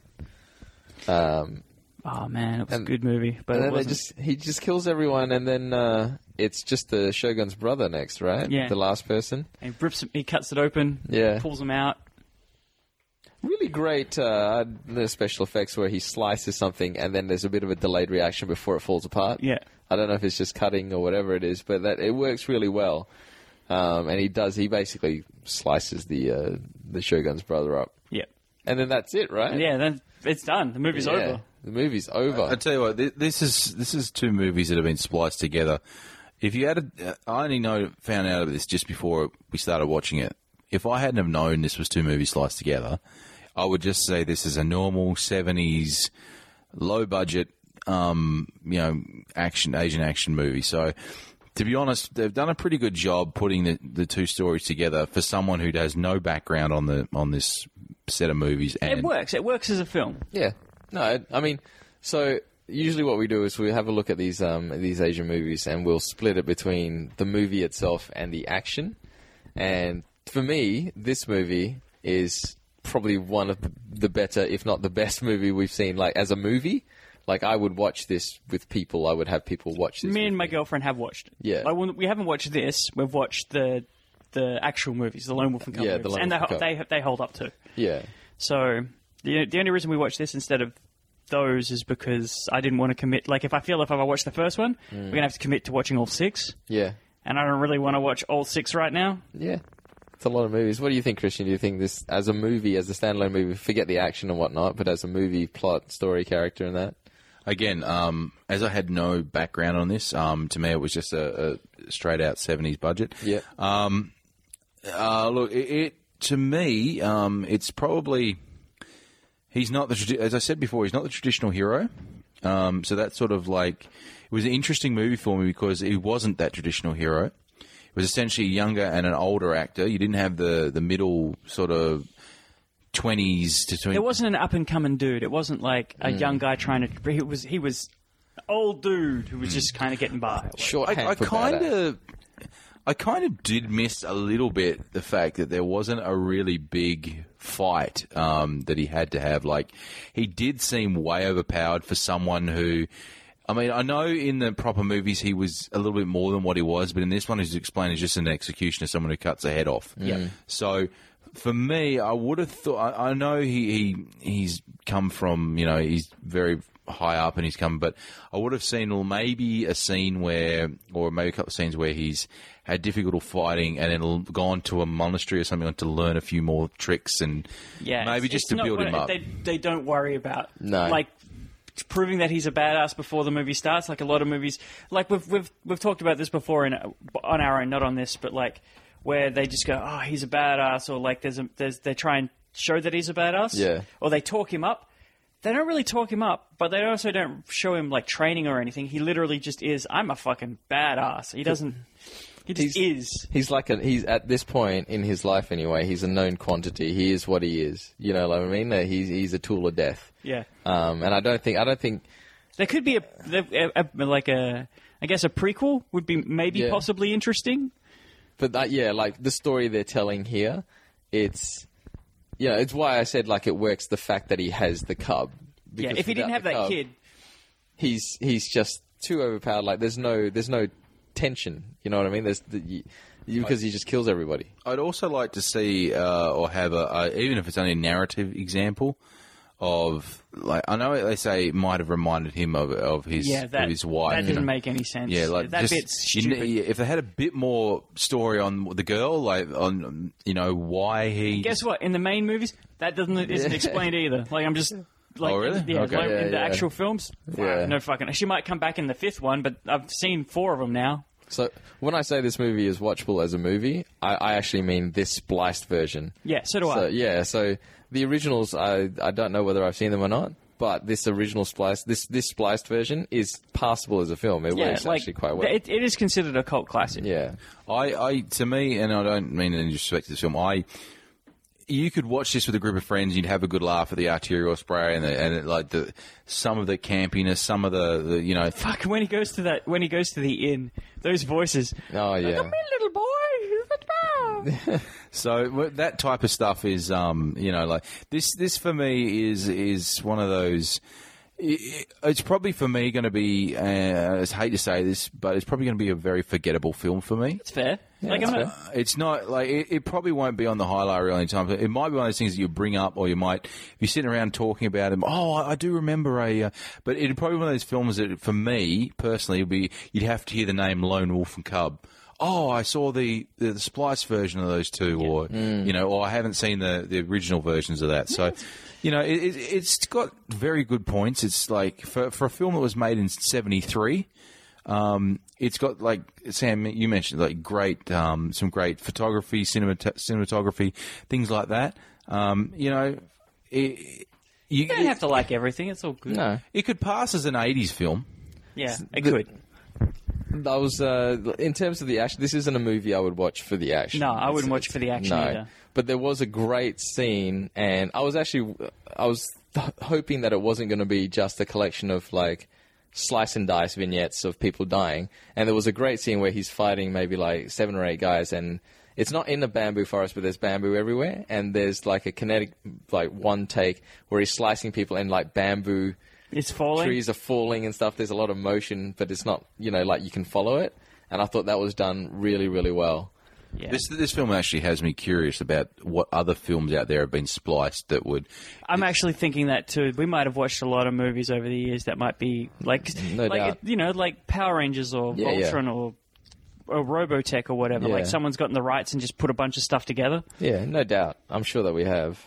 Speaker 4: Oh man, it was
Speaker 3: And-
Speaker 4: a good movie, but
Speaker 3: And
Speaker 4: it
Speaker 3: then they
Speaker 4: wasn't.
Speaker 3: just he just kills everyone, and then uh, it's just the shogun's brother next, right?
Speaker 4: Yeah.
Speaker 3: The last person.
Speaker 4: he rips it, he cuts it open.
Speaker 3: Yeah.
Speaker 4: pulls him out.
Speaker 3: Really great uh, the special effects where he slices something, and then there's a bit of a delayed reaction before it falls apart.
Speaker 4: Yeah.
Speaker 3: I don't know if it's just cutting or whatever it is, but that it works really well. Um, and he does. He basically slices the uh, the shogun's brother up,
Speaker 4: Yeah,
Speaker 3: and then that's it, right?
Speaker 4: yeah. Then it's done. The movie's
Speaker 3: Yeah.
Speaker 4: over.
Speaker 3: The movie's over.
Speaker 5: I tell you what, thi- this is this is two movies that have been spliced together. If you had, uh, I only know found out of this just before we started watching it. If I hadn't have known this was two movies sliced together, I would just say this is a normal seventies, low budget, um, you know, action Asian action movie. So. To be honest, they've done a pretty good job putting the, the two stories together for someone who has no background on the on this set of movies. And
Speaker 4: It works. It works as a film.
Speaker 3: Yeah. No, I- I mean, so usually what we do is we have a look at these um, these Asian movies and we'll split it between the movie itself and the action. And for me, this movie is probably one of the, the better, if not the best movie we've seen. Like as a movie, like I would watch this with people. I would have people watch this.
Speaker 4: Me
Speaker 3: with
Speaker 4: and my girlfriend have watched it.
Speaker 3: Yeah.
Speaker 4: Like, when- we haven't watched this. We've watched the the actual movies, the Lone Wolf and Cub
Speaker 3: Yeah, the
Speaker 4: movies,
Speaker 3: Lone
Speaker 4: and
Speaker 3: Wolf and
Speaker 4: they, they they hold up to.
Speaker 3: yeah.
Speaker 4: So the the only reason we watch this instead of those is because I didn't want to commit. Like, if I feel if I watch the first one,
Speaker 3: Hmm.
Speaker 4: we're gonna have to commit to watching all six,
Speaker 3: Yeah.
Speaker 4: and I don't really want to watch all six right now.
Speaker 3: Yeah. It's a lot of movies. What do you think, Christian? Do you think this, as a movie, as a standalone movie, forget the action and whatnot, but as a movie, plot, story, character, and that?
Speaker 5: Again, um, as I had no background on this, um, to me it was just a, a straight out seventies budget.
Speaker 3: Yeah.
Speaker 5: Uh, look, it, it to me, um, it's probably he's not the tradi- as I said before, he's not the traditional hero. Um, so that's sort of like it was an interesting movie for me because he wasn't that traditional hero. It was essentially a younger and an older actor. You didn't have the the middle sort of twenties to
Speaker 4: It wasn't an up and coming dude. It wasn't like a young guy trying to. He was he was old dude who was just kind of getting by.
Speaker 3: shorthand
Speaker 5: I, I
Speaker 3: for
Speaker 5: kind
Speaker 3: badass.
Speaker 5: of. I kind of did miss a little bit the fact that there wasn't a really big fight um, that he had to have. Like, he did seem way overpowered for someone who. I mean, I know in the proper movies he was a little bit more than what he was, but in this one he's explained as just an executioner, someone who cuts a head off. Yeah. So for me, I would have thought. I, I know he, he he's come from you know he's very high up and he's come, but I would have seen well, maybe a scene where, or maybe a couple of scenes where he's had difficulty fighting and then l- gone to a monastery or something to learn a few more tricks and
Speaker 4: Yeah,
Speaker 5: maybe
Speaker 4: it's-
Speaker 5: just
Speaker 4: it's
Speaker 5: to
Speaker 4: not
Speaker 5: build
Speaker 4: what
Speaker 5: him
Speaker 4: it-
Speaker 5: up.
Speaker 4: They, they don't worry about
Speaker 3: No.
Speaker 4: like proving that he's a badass before the movie starts. Like a lot of movies, like we've we've we've talked about this before in on our own, not on this, but like where they just go, oh, he's a badass, or like there's a there's they try and show that he's a badass,
Speaker 3: Yeah.
Speaker 4: or they talk him up. They don't really talk him up, but they also don't show him like training or anything. He literally just is. I'm a fucking badass. He doesn't. He just is.
Speaker 3: He's like a he's at this point in his life anyway. He's a known quantity. He is what he is. You know what I mean? Uh, He's he's a tool of death.
Speaker 4: Yeah.
Speaker 3: Um, and I don't think I don't think
Speaker 4: There could be a, there- a, a like a I guess a prequel would be maybe
Speaker 3: Yeah.
Speaker 4: possibly interesting.
Speaker 3: but that yeah, like the story they're telling here, it's you know, it's why I said like it works the fact that he has the cub.
Speaker 4: Yeah,
Speaker 3: Because
Speaker 4: if he didn't
Speaker 3: without
Speaker 4: have
Speaker 3: the
Speaker 4: that
Speaker 3: cub,
Speaker 4: kid,
Speaker 3: he's he's just too overpowered. Like there's no there's no tension. You know what I mean? There's the, you, you- because he just kills everybody.
Speaker 5: I'd also like to see uh, or have a, a even if it's only a narrative example of like I know they say it might have reminded him of of his
Speaker 4: yeah, that
Speaker 5: of his wife.
Speaker 4: that
Speaker 5: you know.
Speaker 4: didn't make any sense.
Speaker 5: Yeah, like
Speaker 4: that
Speaker 5: just,
Speaker 4: bit's
Speaker 5: you kn-
Speaker 4: stupid.
Speaker 5: yeah, if they had a bit more story on the girl, like on you know why he
Speaker 4: Guess what? In the main movies, that doesn't isn't explained either. Like I'm just. Like,
Speaker 5: Oh, really?
Speaker 4: Yeah,
Speaker 5: Okay.
Speaker 4: like
Speaker 3: Yeah,
Speaker 4: in the
Speaker 3: yeah.
Speaker 4: actual films,
Speaker 3: Yeah.
Speaker 4: no fucking. She might come back in the fifth one, but I've seen four of them now.
Speaker 3: So when I say this movie is watchable as a movie, I, I actually mean this spliced version.
Speaker 4: Yeah, so do
Speaker 3: So
Speaker 4: I.
Speaker 3: yeah, so the originals, I I don't know whether I've seen them or not, but this original splice, this this spliced version is passable as a film. It
Speaker 4: Yeah,
Speaker 3: works
Speaker 4: like
Speaker 3: actually quite well.
Speaker 4: It, it is considered a cult classic.
Speaker 3: yeah,
Speaker 5: I, I to me, and I don't mean it in disrespect to this film. I you could watch this with a group of friends, you'd have a good laugh at the arterial spray and the, and it, like the some of the campiness, some of the, the you know.
Speaker 4: Fuck, when he goes to that, when he goes to the inn, those voices.
Speaker 3: oh yeah,
Speaker 4: "My little boy, who's that
Speaker 5: So w- that type of stuff is um you know like this this for me is is one of those. i- i- It's probably for me going to be. Uh, I hate to say this, but it's probably going to be a very forgettable film for me.
Speaker 4: It's fair. like
Speaker 3: that's
Speaker 4: I'm not,
Speaker 5: Uh, It's not like it, it probably won't be on the highlight reel anytime. It might be one of those things that you bring up, or you might if you're sitting around talking about them. Oh, I, I do remember a, uh, but it'd probably be one of those films that for me personally would be you'd have to hear the name Lone Wolf and Cub. Oh, I saw the, the, the splice version of those two, or you know, or I haven't seen the, the original versions of that. So, you know, it, it, it's got very good points. It's like for for a film that was made in '73 it's got like Sam, you mentioned like great, um, some great photography, cinemat- cinematography, things like that. Um, you know, it, you,
Speaker 4: You don't have
Speaker 5: it,
Speaker 4: to like everything. It's all good.
Speaker 3: no.
Speaker 5: it could pass as an '80s film.
Speaker 4: Yeah, it
Speaker 3: The-
Speaker 4: could.
Speaker 3: That was uh, in terms of the action. This isn't a movie I would watch for the action.
Speaker 4: No, I wouldn't
Speaker 3: It's-
Speaker 4: watch for the action
Speaker 3: no.
Speaker 4: either.
Speaker 3: But there was a great scene, and I was actually I was th- hoping that it wasn't going to be just a collection of like slice and dice vignettes of people dying. And there was a great scene where he's fighting maybe like seven or eight guys, and it's not in a bamboo forest, but there's bamboo everywhere, and there's like a kinetic like one take where he's slicing people and like bamboo
Speaker 4: It's falling.
Speaker 3: trees are falling and stuff. There's a lot of motion, but it's not, you know, like you can follow it. And I thought that was done really, really well.
Speaker 4: Yeah.
Speaker 5: This this film actually has me curious about what other films out there have been spliced that would.
Speaker 4: I'm actually thinking that too. We might have watched a lot of movies over the years that might be like,
Speaker 3: No
Speaker 4: like
Speaker 3: doubt.
Speaker 4: you know, like Power Rangers or
Speaker 3: Yeah, yeah.
Speaker 4: Voltron or. Or Robotech or whatever.
Speaker 3: Yeah.
Speaker 4: Like someone's gotten the rights and just put a bunch of stuff together.
Speaker 3: Yeah, no doubt. I'm sure that we have.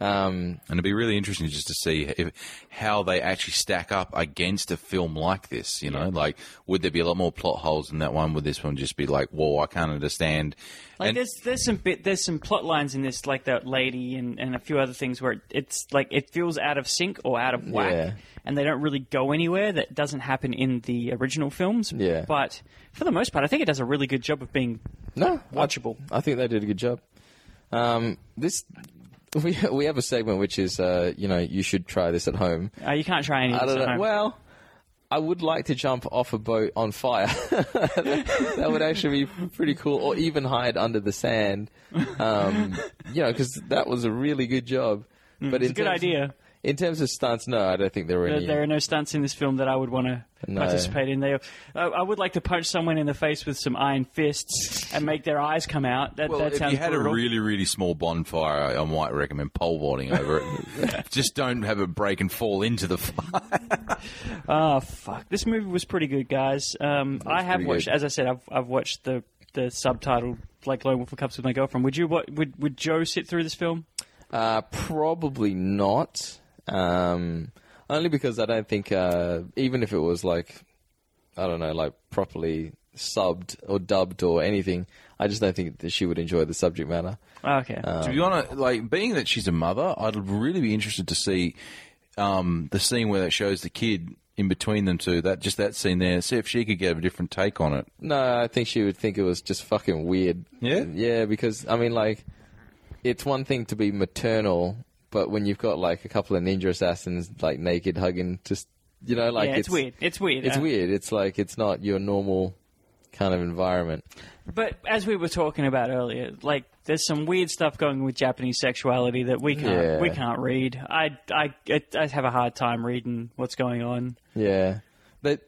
Speaker 3: Um,
Speaker 5: And it'd be really interesting just to see if, how they actually stack up against a film like this. You know, like would there be a lot more plot holes in that one? Would this one just be like, "Whoa, I can't understand"?
Speaker 4: Like
Speaker 5: And-
Speaker 4: there's there's some bit there's some plot lines in this like that lady and, and a few other things where it, it's like it feels out of sync or out of whack
Speaker 3: Yeah.
Speaker 4: and they don't really go anywhere that doesn't happen in the original films.
Speaker 3: Yeah.
Speaker 4: But for the most part I think it does a really good job of being
Speaker 3: no, I-
Speaker 4: Watchable.
Speaker 3: I, think they did a good job. Um, this we we have a segment which is, uh, you know, you should try this at home.
Speaker 4: uh, you can't try anything.
Speaker 3: I don't know. Well, I would like to jump off a boat on fire. that would actually be pretty cool, or even hide under the sand. Um, you know, because that was a really good job. But
Speaker 4: Hmm. it's
Speaker 3: in
Speaker 4: a good
Speaker 3: terms-
Speaker 4: idea.
Speaker 3: In terms of stunts, no, I don't think there were
Speaker 4: There,
Speaker 3: any.
Speaker 4: there are no stunts in this film that I would want to
Speaker 3: No.
Speaker 4: participate in. They, uh, I, I would like to punch someone in the face with some iron fists and make their eyes come out. That,
Speaker 5: Well,
Speaker 4: that
Speaker 5: if
Speaker 4: sounds
Speaker 5: you had
Speaker 4: brutal.
Speaker 5: a really, really small bonfire, I, I might recommend pole vaulting over it. Just don't have a break and fall into the fire.
Speaker 4: Oh fuck! This movie was pretty good, guys. Um, I have
Speaker 5: pretty
Speaker 4: watched,
Speaker 5: good.
Speaker 4: as I said, I've, I've watched the the subtitled like Lone Wolf and Cups with my girlfriend. Would you? What would would Joe sit through this film?
Speaker 3: Uh, probably not. Um, only because I don't think, uh, even if it was like, I don't know, like properly subbed or dubbed or anything, I just don't think that she would enjoy the subject matter.
Speaker 4: Oh, Okay.
Speaker 3: Uh,
Speaker 5: to be honest, like being that she's a mother, I'd really be interested to see um, the scene where that shows the kid in between them two. That just that scene there. See if she could get a different take on it.
Speaker 3: No, I think she would think it was just fucking weird.
Speaker 5: Yeah?
Speaker 3: Yeah, because, I mean, like, it's one thing to be maternal, but when you've got, like, a couple of ninja assassins, like, naked hugging, just, you know, like,
Speaker 4: yeah, it's, weird. It's weird.
Speaker 3: It's
Speaker 4: Uh,
Speaker 3: weird. It's like, it's not your normal kind of environment.
Speaker 4: But as we were talking about earlier, like there's some weird stuff going on with Japanese sexuality that we can't
Speaker 3: Yeah.
Speaker 4: we can't read. I, I I- I have a hard time reading what's going on.
Speaker 3: Yeah, that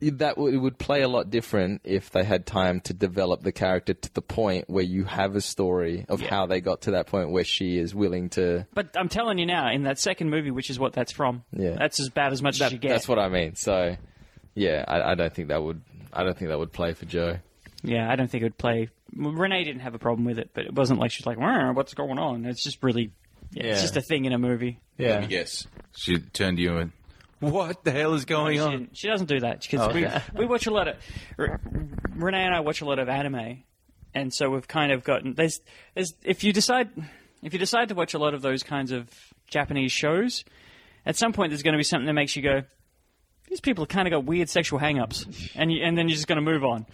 Speaker 3: that would, it would play a lot different if they had time to develop the character to the point where you have a story of how they got to that point where she is willing to.
Speaker 4: But I'm telling you now, in that second movie, which is what that's from,
Speaker 3: Yeah.
Speaker 4: that's as bad as much as you get.
Speaker 3: That's what I mean. So, yeah, I, I don't think that would. I don't think that would play for Joe.
Speaker 4: Yeah, I don't think it would play. well, Renee didn't have a problem with it, but it wasn't like she's like, "Wah, "What's going on?" It's just really, yeah, it's
Speaker 3: Yeah.
Speaker 4: just a thing in a movie.
Speaker 3: Yeah,
Speaker 5: Yes, she turned to you and. What the hell is going
Speaker 4: She,
Speaker 5: on? Oh,
Speaker 4: she doesn't do that because we, we watch a lot of Re- Renee and I watch a lot of anime, and so we've kind of gotten there's, there's if you decide if you decide to watch a lot of those kinds of Japanese shows, at some point there's going to be something that makes you go, "These people kind of got weird sexual hang-ups," and you, and then you're just going to move on.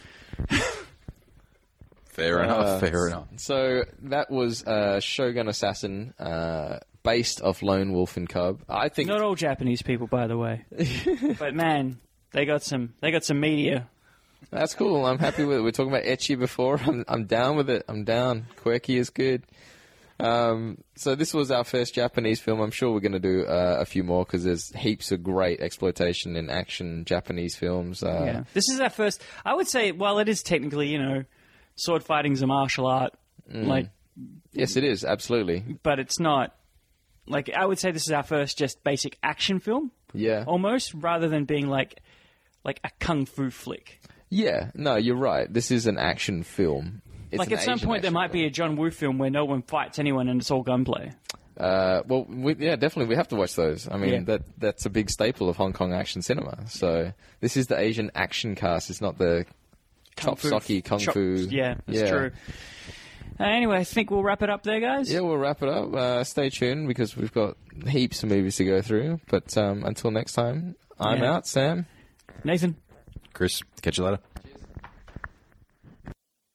Speaker 5: Fair enough. Fair enough.
Speaker 3: So that was uh, Shogun Assassin, uh, based off Lone Wolf and Cub. I think
Speaker 4: Not all Japanese people, by the way. but man, they got some. They got some media.
Speaker 3: That's cool. I'm happy with it. We are talking about etchy before. I'm, I'm down with it. I'm down. Quirky is good. Um, so this was our first Japanese film. I'm sure we're going to do uh, a few more because there's heaps of great exploitation and action Japanese films. Uh,
Speaker 4: Yeah. This is our first. I would say, while it is technically, you know, sword fighting's a martial art,
Speaker 3: Mm.
Speaker 4: like,
Speaker 3: Yes, it is absolutely.
Speaker 4: but it's not. Like, I would say this is our first just basic action film,
Speaker 3: Yeah.
Speaker 4: almost, rather than being like, like a kung fu flick.
Speaker 3: Yeah. No, you're right. This is an action film. It's
Speaker 4: like
Speaker 3: an
Speaker 4: at some
Speaker 3: Asian
Speaker 4: point there
Speaker 3: action
Speaker 4: might be a John Woo film where no one fights anyone and it's all gunplay.
Speaker 3: Uh, well, we, yeah, definitely, we have to watch those. I mean,
Speaker 4: Yeah.
Speaker 3: that that's a big staple of Hong Kong action cinema. So this is the Asian action cast. It's not the chop
Speaker 4: fu-
Speaker 3: socky kung
Speaker 4: chop-
Speaker 3: fu.
Speaker 4: Yeah, that's
Speaker 3: yeah.
Speaker 4: true. Uh, anyway, I think we'll wrap it up there, guys.
Speaker 3: Yeah, we'll wrap it up. Uh, stay tuned because we've got heaps of movies to go through. But um, until next time, I'm
Speaker 4: Yeah.
Speaker 3: out, Sam.
Speaker 4: Nathan.
Speaker 5: Chris, catch you later.